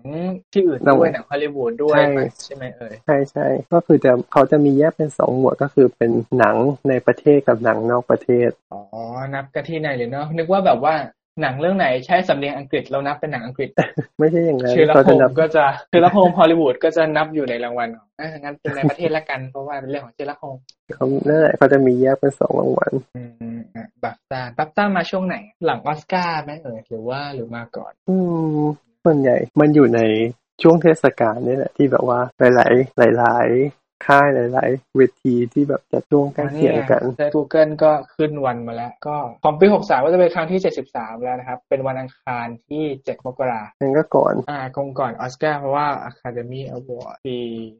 Speaker 1: ที่อื่น
Speaker 2: ราง
Speaker 1: ด้
Speaker 2: วั
Speaker 1: วย
Speaker 2: ล
Speaker 1: หนังฮอลลีวูดด้วย
Speaker 2: ใช่
Speaker 1: ใช่ไหมเอ่ย
Speaker 2: ใช่ใช่ก็คือจะเขาจะมีแยกเป็นสองหมวดก็คือเป็นหนังในประเทศกับหนังนอกประเทศ
Speaker 1: อ๋อ นับกันที่ไหนเลยเนาะนึกว่าแบบว่าหนังเรื่องไหนใช้สำเนียงอังกฤษเรานับเป็นหนังอังกฤษ
Speaker 2: ไม่ใช่อย่างนั้ น
Speaker 1: เชื้อละ
Speaker 2: เขา
Speaker 1: โฮ
Speaker 2: จะ
Speaker 1: ม
Speaker 2: นับ
Speaker 1: ก็จะเชื้อละโฮมฮอลลีวูดก็จะนับอยู่ในรางวัลของอ่ะงั้นเป็นในประเทศละกัน เพราะว่าเป็นเรื่องของเชื้อละโฮม
Speaker 2: เขานั่นแหละเขาจะมีแยกเป็นสองรางวัล
Speaker 1: อืมอ่ะบัฟต้าบัฟต้ามาช่วงไหน หลังออสการ์ไหมเอ่ยหรือว่าหรือมาก่อน
Speaker 2: อืมส่วนใหญ่มันอยู่ในช่วงเทศกาลนี่แหละที่แบบว่าหลาย ๆ หลาย ๆ ค่ายหลาย ๆ เวทีที่แบบจะช่วงใกล้เคียงกัน
Speaker 1: ใน Google ก็ขึ้นวันมาแล้ว ก็ของปี63ก็จะเป็นครั้งที่ 73 แล้วนะครับ เป็นวันอังคารที่ 7 มกรา
Speaker 2: นั่นก็ก่อน
Speaker 1: อ่าคงก่อนออสการ์เพราะว่า Academy Award ปี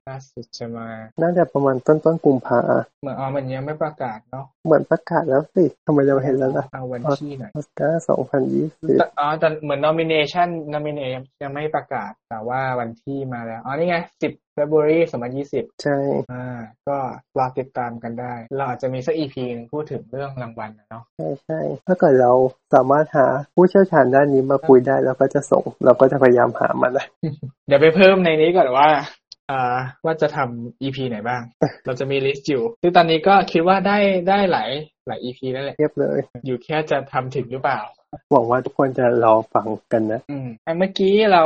Speaker 1: ล่าสุดจะมา
Speaker 2: น่าจะประมาณต้นต้นๆกุมภา
Speaker 1: เหมือนอ๋อมันยังไม่ประกาศเนาะ
Speaker 2: เหมือนประกาศแล้วสิทำไมเราเห็นแล้วล่ะ
Speaker 1: เอาวันที่หน่อย
Speaker 2: ออสการ์สองพันยี่สิบ
Speaker 1: แต่อ๋อแต่เหมือน nomination nomination ยังไม่ประกาศแต่ว่าวันที่มาแล้ว อ๋อ นี่ไง 10 February 2020
Speaker 2: ใช่
Speaker 1: อ่าก็รอติดตามกันได้ เราอาจจะมีสัก EP หนึงพูดถึงเรื่องรางวัลนะเนาะ
Speaker 2: ใช่ใช่ถ้าเกิดเราสามารถหาผู้เชี่ยวชาญด้านนี้มาคุยได้เราก็จะส่ง เราก็จะพยายามหามานะ
Speaker 1: เดี๋ยวไปเพิ่มในนี้ก่อนว่าอ่าว่าจะทำ EP ไหนบ้าง เราจะมีลิสต์อยู่ซึ่งตอนนี้ก็คิดว่าได้ได้หลายหลาย EP แล้วแหละ
Speaker 2: เรียบเลย
Speaker 1: อยู่แค่จะทำถึงหรือเปล่า
Speaker 2: หวังว่าทุกคนจะรอฟังกันนะ
Speaker 1: อืมอันเมื่อกี้เรา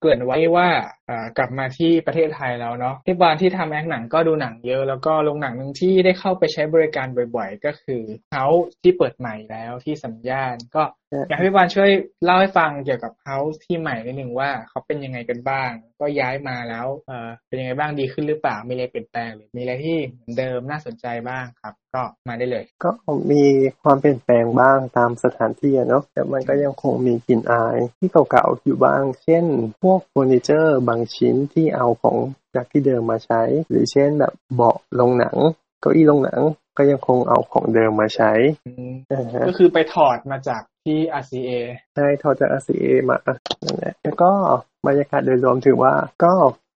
Speaker 1: เกริ่นไว้ว่าอ่ากลับมาที่ประเทศไทยแล้วเนาะที่บานที่ทำแอคหนังก็ดูหนังเยอะ แล้วก็โรงหนังหนึ่งที่ได้เข้าไปใช้บริการบ่อยๆ ก็คือเฮาส์ที่เปิดใหม่แล้วที่สัญญาณ ก็อยากให้พี่บานช่วยเล่าให้ฟังเกี่ยวกับเฮาส์ที่ใหม่นิดนึงว่าเขาเป็นยังไงกันบ้าง ก็ย้ายมาแล้วเอ่อเป็นยังไงบ้างดีขึ้นหรือเปล่ามีอะไรเปลี่ยนแปลงหรือมีอะไรที่เหมือนเดิมน่าสนใจบ้างครับ ก็มาได้เลย
Speaker 2: ก็มีความเปลี่ยนแปลงบ้างตามสถานที่อะเนาะแต่มันก็ยังคงมีกลิ่นอายที่เก่าๆอยู่บ้าง เช่น พวกเฟอร์นิเจอร์บางชิ้นที่เอาของจากที่เดิมมาใช้ หรือเช่นแบบเบาะลงหนังเก้าอี้ลงหนังก็ยังคงเอาของเดิมมาใช้
Speaker 1: อืม
Speaker 2: อ่าฮะ
Speaker 1: ก็คือไปถอดมาจากที่ RCA
Speaker 2: ได้ทอจาก RCA มานั่นแหละแล้วก็บรรยากาศโดยรวมถือว่าก็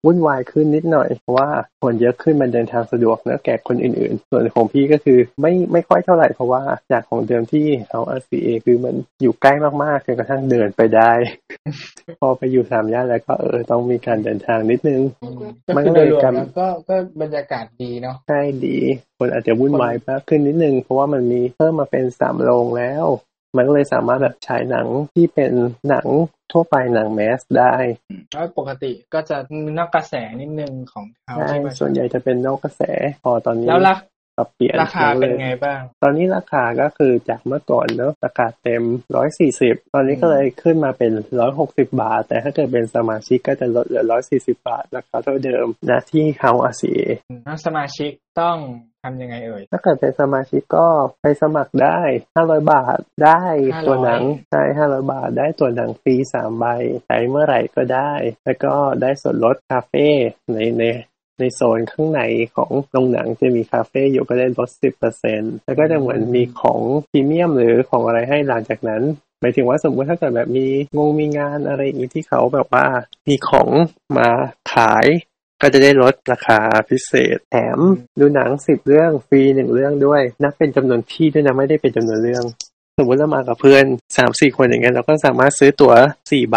Speaker 2: วุ่นวายขึ้นนิดหน่อยเพราะว่าคนเยอะขึ้นมันเดินทางสะดวกเนอะแก่คนอื่นๆ ส่วนของพี่ก็คือไม่ไม่ค่อยเท่าไหร่เพราะว่าจากของเดิมที่เอา RCA คือมันอยู่ใกล้มากๆจนกระทั่งเดินไปได้ พอไปอยู่สามย่านแล้วก็เออต้องมีการเดินทางนิดนึง
Speaker 1: ก็
Speaker 2: มัน
Speaker 1: คือ
Speaker 2: ก็
Speaker 1: โด
Speaker 2: เลย ย
Speaker 1: รวม
Speaker 2: กัน
Speaker 1: แล้วก็ก็บรรยากาศดีเนาะ
Speaker 2: ใช่ดี คนอาจจะวุ่นวายมากขึ้นนิดนึง เพราะว่ามันมีเพิ่มมาเป็นสามโรงแล้ว มันก็เลยสามารถแบบฉายหนังที่เป็นหนังทั่วไปหนังแมสได้
Speaker 1: แล้วปกติก็จะนอกกระแสนิดนึงของเขา
Speaker 2: ใช่
Speaker 1: ใช่ไหม
Speaker 2: ส่วนใหญ่จะเป็นนอกกระแสพอตอนนี้
Speaker 1: แล้วรา
Speaker 2: ปรับเปลี่ยน
Speaker 1: ราคาเป็น
Speaker 2: ย
Speaker 1: ไงบ้าง
Speaker 2: ตอนนี้ราคาก็คือจากเมื่อก่อนเนอะราคาเต็มร้อยสี่สิบตอนนี้ก็เลยขึ้นมาเป็นร้อยหกสิบาท แต่ถ้าเกิดเป็นสมาชิกก็จะลดเหลือร้อยสี่สิบาทราคาเท่าเดิมนะที่เฮาอาซี
Speaker 1: ถ้าสมาชิกต้องทำยังไงเอ่ย
Speaker 2: ถ้าเกิดเป็นสมาชิกก็ไปสมัครได้ห้าร้อยบาทได้
Speaker 1: 500
Speaker 2: ตัวหนังใช่ห้าร้อยบาทได้ตัวหนังฟรีสามใบใช้เมื่อไหร่ก็ได้ แล้วก็ได้ส่วนลดคาเฟ่ในใน ในโซนข้างในของโรงหนังจะมีคาเฟ่อยู่ก็ได้ลด 10%แล้วก็จะเหมือนมีของพรีเมียมหรือของอะไรให้หลังจากนั้น หมายถึงว่าสมมติถ้าเกิดแบบมีงงมีงานอะไรอย่างนี้ที่เขาแบบว่ามีของมาขาย ก็จะได้ลดราคาพิเศษ แถมดูหนัง 10 เรื่องฟรีหนึ่งเรื่องด้วย นับเป็นจำนวนที่ด้วยนะไม่ได้เป็นจำนวนเรื่อง สมมติเรามากับเพื่อนสามสี่คนอย่างเงี้ยเราก็สามารถซื้อตั๋วสี่ใบ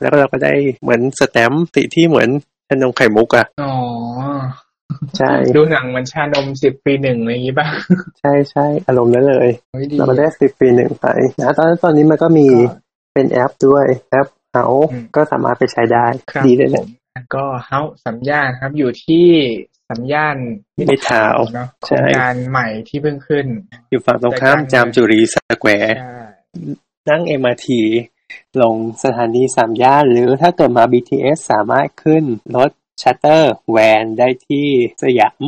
Speaker 2: แล้วก็เราก็ได้เหมือนสแตมป์สีที่เหมือนขนมไข่มุกอะ
Speaker 1: อ๋อ
Speaker 2: ใช่
Speaker 1: ดูหนังเหมือนชานมสิบปีหนึ่งอะไรอย่างนี้ป่ะ
Speaker 2: ใช่ใช่อารมณ์นั้นเลย
Speaker 1: เฮ้ยดี
Speaker 2: เราก็ได้สิบฟรีหนึ่งไปนะตอนตอนนี้มันก็มีเป็นแอปด้วยแอปเอา
Speaker 1: อืม
Speaker 2: ก็สามารถไปใช้ได้
Speaker 1: ครับ
Speaker 2: ดีเลย
Speaker 1: ผ
Speaker 2: นะ
Speaker 1: ม ก็เฮาสัญญาณครับอยู่ที่สัญญาณ
Speaker 2: มิตรทาวน์
Speaker 1: เนาะโค
Speaker 2: ใช่
Speaker 1: รงการใหม่ที่เพิ่งขึ้น
Speaker 2: อยู่ฝั่งตรงข้าม
Speaker 1: แต่การ
Speaker 2: จามจุรีสแควร์
Speaker 1: ใช่
Speaker 2: นั่ง MRT ลงสถานีสามย่าน หรือถ้าเกิดมา BTS สามารถขึ้นรถชัตเตอร์แวนได้ที่สยาม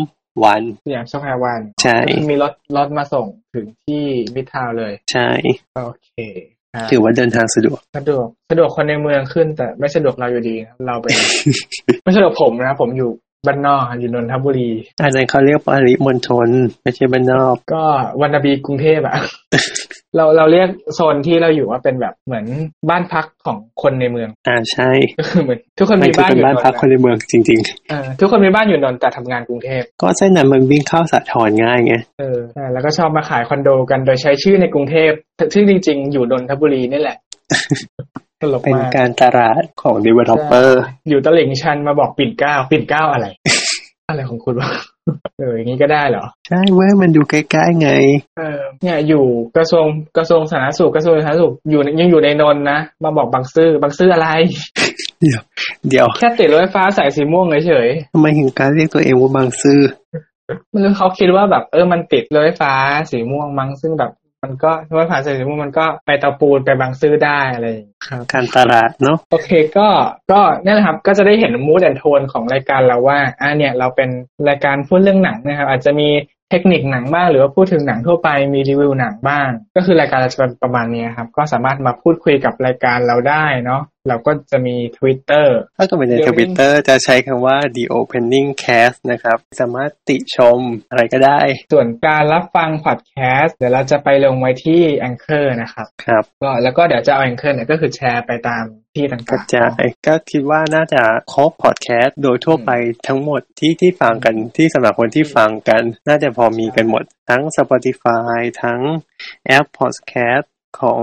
Speaker 2: วัน
Speaker 1: สยามสแควร์วัน
Speaker 2: ใช่
Speaker 1: ก็มีรถรถมาส่งถึงที่มิดทาวน์เลย
Speaker 2: ใช่
Speaker 1: โอเคครับ
Speaker 2: ถือว่าเดินทางสะดวก
Speaker 1: สะดวกสะดวกคนในเมืองขึ้น แต่ไม่สะดวกเราอยู่ดีครับเราเป็น ไม่สะดวกผมนะครับผมอยู่บ้านนอกครับอยู่นนทบุรี
Speaker 2: อันนั้นเขาเรียกปริมณฑลไม่ใช่บ้านนอก
Speaker 1: ก็วันนาบีกรุงเทพอะ เราเราเรียกโซนที่เราอยู่ว่าเป็นแบบเหมือนบ้านพักของคนในเมือง
Speaker 2: อ่าใช่
Speaker 1: ก็คือเหมือนทุกคน
Speaker 2: มัน
Speaker 1: มี
Speaker 2: คือ
Speaker 1: บ้านอน
Speaker 2: เป็
Speaker 1: ยู่น
Speaker 2: บ้าน น
Speaker 1: ท์
Speaker 2: พักคน
Speaker 1: นะ
Speaker 2: ในเมืองจริง ๆ
Speaker 1: เออทุกคนมีบ้านอยู่นนท์แต่ทำงานกรุงเทพ
Speaker 2: ก็เส้นนั้นมันวิ่งเข้าสาทรง่ายไง
Speaker 1: เออใช่แล้วก็ชอบมาขายคอนโดกันโดยใช้ชื่อในกรุงเทพซึ่งจริง ๆ อยู่นนทบุรีนี่ แหละ ตลก
Speaker 2: เป็น
Speaker 1: มาก
Speaker 2: การตลาดของ developer
Speaker 1: อยู่ตลิ่งชันมาบอกปิ่นเกล้าปิ่นเกล้า อะไร อะไรของคุณวะ เอออย่างนี้ก็ได้เหรอ
Speaker 2: ใช่เว้ยมันดูใกล้ๆไง
Speaker 1: เออเนี่ยอยู่กระทรวงกระทรวงสาธารณสุขกระทรวงสาธารณสุขอยู่ในยังอยู่ในนนท์นะมาบอกบางซื่อบางซื่อ อะไร
Speaker 2: เดี๋ยว
Speaker 1: แค่ติดรถไฟฟ้าสายสีม่วงเฉย
Speaker 2: ทำไมถึงการเรียกตัวเองว่าบางซื่อ
Speaker 1: ๆไม่รู้เขาคิดว่าแบบเออมันติดรถไฟฟ้าสีม่วงมั้งซึ่งแบบมันก็รถไฟฟ้าสายสีม่วงมันก็ไปเตาปูนไปบางซื่อได้อะไรอย่างเงี้ยครับ
Speaker 2: การตลาดเนาะ
Speaker 1: โอเคก็ก็นี่นแหละครับก็จะได้เห็นมูดแอนโทนของรายการเราว่าอ่าเนี่ยเราเป็นรายการพูดเรื่องหนังนะครับ อาจจะมีเทคนิคหนังบ้างหรือว่าพูดถึงหนังทั่วไปมีรีวิวหนังบ้าง ก็คือรายการเราจะเป็นประมาณนี้ครับ ก็สามารถมาพูดคุยกับรายการเราได้เนาะเราก็จะมี Twitter
Speaker 2: ถ้าเกิดเป็นใน
Speaker 1: เดี๋
Speaker 2: ท
Speaker 1: ยวนี้
Speaker 2: วิตเตอร์จะใช้คำว่า the opening cast นะครับ สามารถติชมอะไรก็ได้
Speaker 1: ส่วนการรับฟังพอดแคสต์เดี๋ยวเราจะไปลงไว้ที่ Anchor นะครับ
Speaker 2: ครับ
Speaker 1: ก็แล้วก็เดี๋ยวจะเอา Anchor เนี่ยก็คือแชร์ไปตามที่ต่างๆ
Speaker 2: กระจายก็คิดว่าน่าจะครบพอดแคสต์โดยทั่วไปทั้งหมดที่ที่ฟังกันที่สำหรับคนที่ฟังกัน น่าจะพอมีกันหมด ทั้ง Spotify ทั้งแอปพอดแคสต์ของ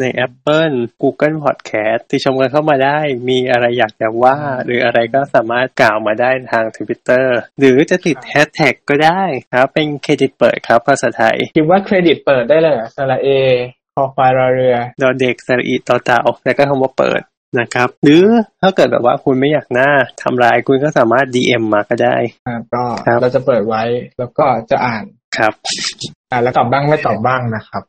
Speaker 2: ใน Apple Google Podcast ที่ชมกันเข้ามาได้ มีอะไรอยากจะว่า หรืออะไรก็สามารถกล่าวมาได้ทาง Twitter หรือจะติดแฮชแท็กก็ได้ครับ เป็นเครดิตเปิดครับภาษาไทย
Speaker 1: คิดว่าเครดิตเปิดได้เลยเหรอสระเอคอควายรอเรือ
Speaker 2: ดอเด็กสระอีต่อเต่าแล้วก็คำว่าเปิดนะครับ หรือถ้าเกิดแบบว่าคุณไม่อยากหน้าทำลายคุณก็สามารถ DM มาก็ได้
Speaker 1: อ่าก็
Speaker 2: ครับ
Speaker 1: เราจะเปิดไว้แล้วก็จะอ่าน
Speaker 2: ครับ
Speaker 1: อ่านแล้วตอบบ้างไม่ตอบบ้างนะครับ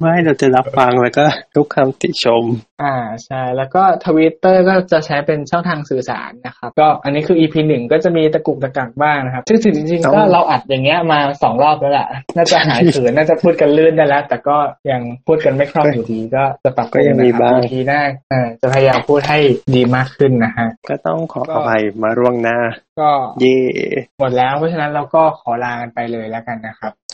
Speaker 2: ไม่เราจะรับฟังแล้วก็ทุกคำติชม
Speaker 1: อ่าใช่แล้วก็ทวิตเตอร์ก็จะใช้เป็นช่องทางสื่อสารนะครับ ก็อันนี้คือ EP หนึ่งก็จะมีตะกุกตะกักบ้างนะครับซึ่งจริง
Speaker 2: ต้
Speaker 1: ๆ
Speaker 2: อง
Speaker 1: ก็เราอัดอย่างเงี้ยมาสองรอบแล้วแหละน่าจะหายเขิ นน่าจะพูดกันลื่นได้แล้ว แต่ก็ยังพูดกันไม่ค ล่องอยู่ดีก็จะปรับปรุนะครับอีพีหน้าอ่าจะพยายามพูดให้ดีมากขึ้นนะฮะ
Speaker 2: ก็ต้องขออภัยมาร่วงหน้า
Speaker 1: ก็
Speaker 2: เย่
Speaker 1: หมดแล้วเพราะฉะนั้นเราก็ขอลากันไปเลยแล้วกันนะครับ